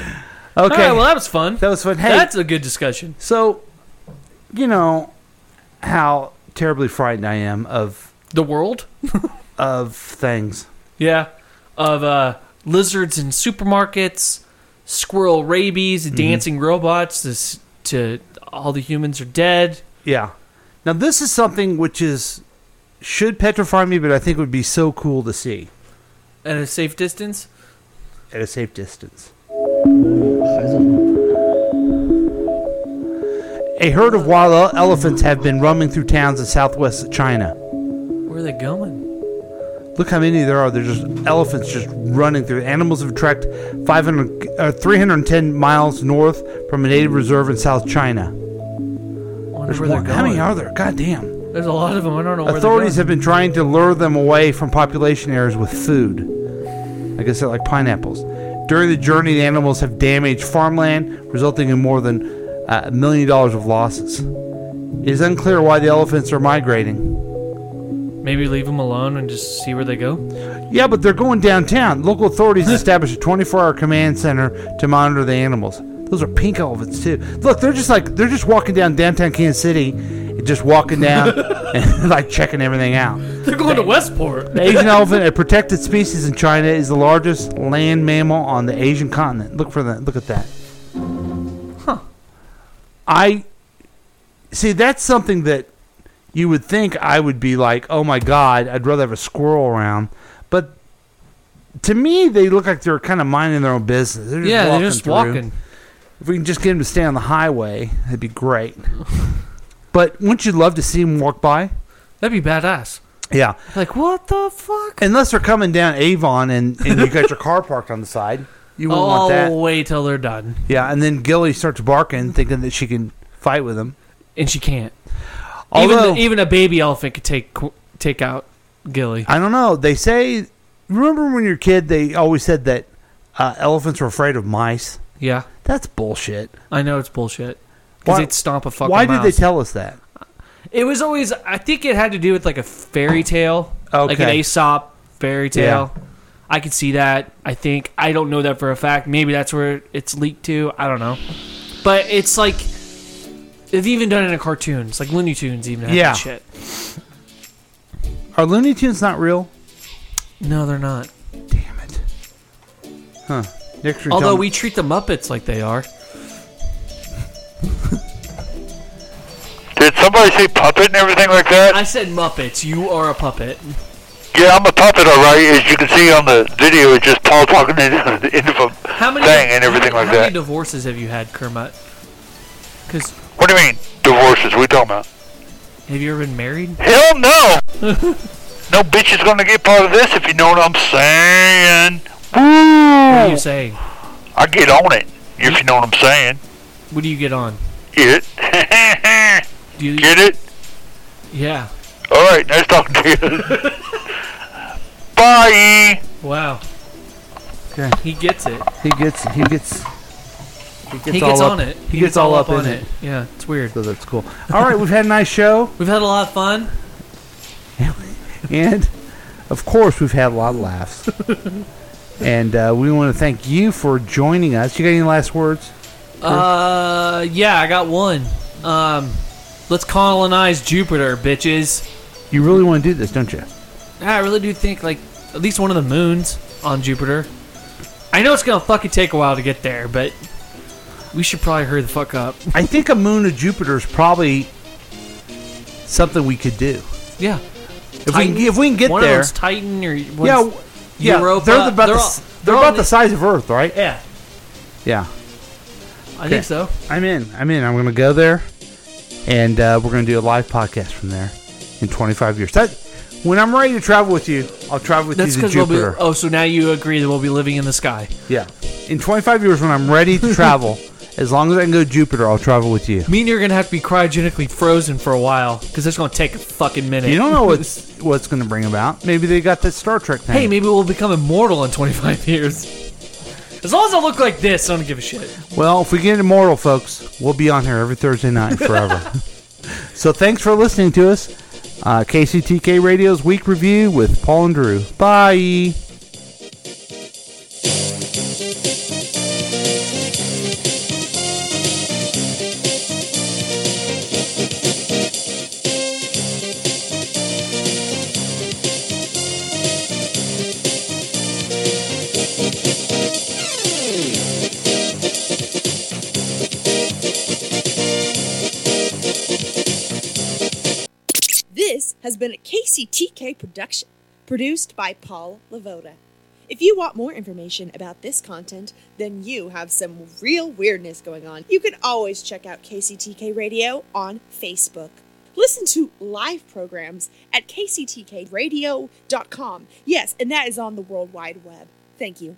I: All right, well, that was fun.
H: That was fun. Hey,
I: That's a good discussion.
H: So, you know how terribly frightened I am of
I: the world,
H: of things.
I: Yeah. Of uh, lizards in supermarkets, squirrel rabies,
H: Mm-hmm.
I: dancing robots. This to all the humans are dead.
H: Yeah. Now this is something which is should petrify me, but I think would be so cool to see
I: at a safe distance.
H: at a safe distance. A herd of wild ele- elephants have been roaming through towns in southwest China.
I: Where are they going?
H: Look how many there are. They're just elephants just running through. Animals have tracked 500, uh, 310 miles north from a native reserve in South China.
I: Wonder
H: There's
I: where they're
H: more- How many
I: going.
H: are there? God damn.
I: There's a lot of them. I don't know where
H: Authorities
I: they're
H: have been trying to lure them away from population areas with food. I guess they're like pineapples. During the journey, the animals have damaged farmland, resulting in more than uh, a million dollars of losses. It is unclear why the elephants are migrating.
I: going. Maybe leave them alone and just see where they go.
H: Yeah, but they're going downtown. Local authorities established a 24-hour command center to monitor the animals. Those are pink elephants too. Look, they're just like they're just walking down downtown Kansas City, just walking down and like checking everything out.
I: They're going to Westport.
H: The Asian elephant, a protected species in China, is the largest land mammal on the Asian continent. Look for that. Look at that.
I: Huh.
H: I see. That's something that you would think I would be like, oh my god, I'd rather have a squirrel around. But to me, they look like they're kind of minding their own business. They're just
I: Yeah, they're
H: walking
I: just
H: through.
I: walking.
H: If we can just get them to stay on the highway, that'd be great. but wouldn't you love to see them walk by?
I: That'd be badass.
H: Yeah.
I: Like what the fuck?
H: Unless they're coming down Avon and, and you got your car parked on the side. You wouldn't
I: All
H: want that.
I: the way till they're done.
H: Yeah, and then Gilly starts barking, thinking that she can fight with him,
I: and she can't.
H: Although
I: even, the, even a baby elephant could take qu- take out Gilly.
H: I don't know, they say. Remember when you were a kid, they always said that uh, elephants were afraid of mice.
I: Yeah,
H: that's bullshit.
I: I know it's bullshit because
H: Why-
I: they'd stomp a fucking.
H: Why did
I: mouse.
H: they tell us that?
I: It was always. I think it had to do with like a fairy tale, like an
H: Okay.
I: Aesop fairy tale. I could see that. I think I don't know that for a fact. Maybe that's where it's leaked to. I don't know, but it's like they've even done it in cartoons, like Looney Tunes even had
H: Yeah.
I: that shit.
H: Are Looney Tunes not real?
I: No, they're not.
H: Huh? Next you're
I: Although
H: telling-
I: we treat the Muppets like they are.
M: Did somebody say puppet and everything like that?
I: I said Muppets. You are a puppet.
M: Yeah, I'm a puppet, all right. As you can see on the video, it's just Paul talking into the end of a
I: How many
M: thing and everything
I: how,
M: like
I: how
M: that.
I: many divorces have you had, Kermit? Because
M: What do you mean divorces? We talking about?
I: have you ever been married?
M: Hell no. no bitch is gonna get part of this if you know what I'm saying.
I: What
M: Woo!
I: do you say?
M: I get on it if you know what I'm saying.
I: What do you get on?
M: It.
I: Do you,
M: get it?
I: Yeah.
M: All right. Nice talking to you. Bye.
I: Wow.
H: Okay.
I: He gets it.
H: He gets. He gets. He gets,
I: he gets
H: all
I: on
H: up-
I: it.
H: He, gets, all up,
I: on
H: in
I: it. Yeah, it's weird.
H: So that's cool. All right, we've had a nice show,
I: We've had a lot of fun.
H: and of course, we've had a lot of laughs. and uh, we want to thank you for joining us. You got any last words?
I: Uh, yeah, I got one. Um, let's colonize Jupiter, bitches.
H: You really want to do this, don't you?
I: I really do think like at least one of the moons on Jupiter. I know it's gonna fucking take a while to get there, but we should probably hurry the fuck up.
H: I think a moon of Jupiter is probably something we could do.
I: Yeah.
H: If we can, if we can get
I: one
H: there,
I: Of them's Titan or one's
H: yeah, w- yeah,
I: Europa.
H: uh, they're about the,
I: all-
H: s- they're
I: all
H: about
I: in
H: the size of Earth, right?
I: Yeah,
H: Yeah.
I: I think
H: Okay.
I: so.
H: I'm in. I'm in. I'm going to go there, and uh, we're going to do a live podcast from there in 25 years. That When I'm ready to travel with you, I'll travel with
I: That's
H: you to
I: because we'll be.
H: Jupiter.
I: Oh, so now you agree that we'll be living in the sky.
H: yeah. In 25 years, when I'm ready to travel, as long as I can go to Jupiter, I'll travel with you.
I: Me and you're gonna have to be cryogenically frozen for a while because it's gonna take a fucking minute.
H: You don't know what's what's going to bring about. Maybe they got that Star Trek thing.
I: Hey, maybe we'll become immortal in 25 years. As long as I look like this, I don't give a shit.
H: Well, if we get immortal, folks, we'll be on here every Thursday night forever. so thanks for listening to us. Uh, KCTK Radio's Week Review with Paul and Drew. Bye.
F: This has been a KCTK production, produced by Paul Lavoda. If you want more information about this content, then you have some real weirdness going on. You can always check out KCTK Radio on Facebook. Listen to live programs at kctkradio.com. Yes, and that is on the World Wide Web. Thank you.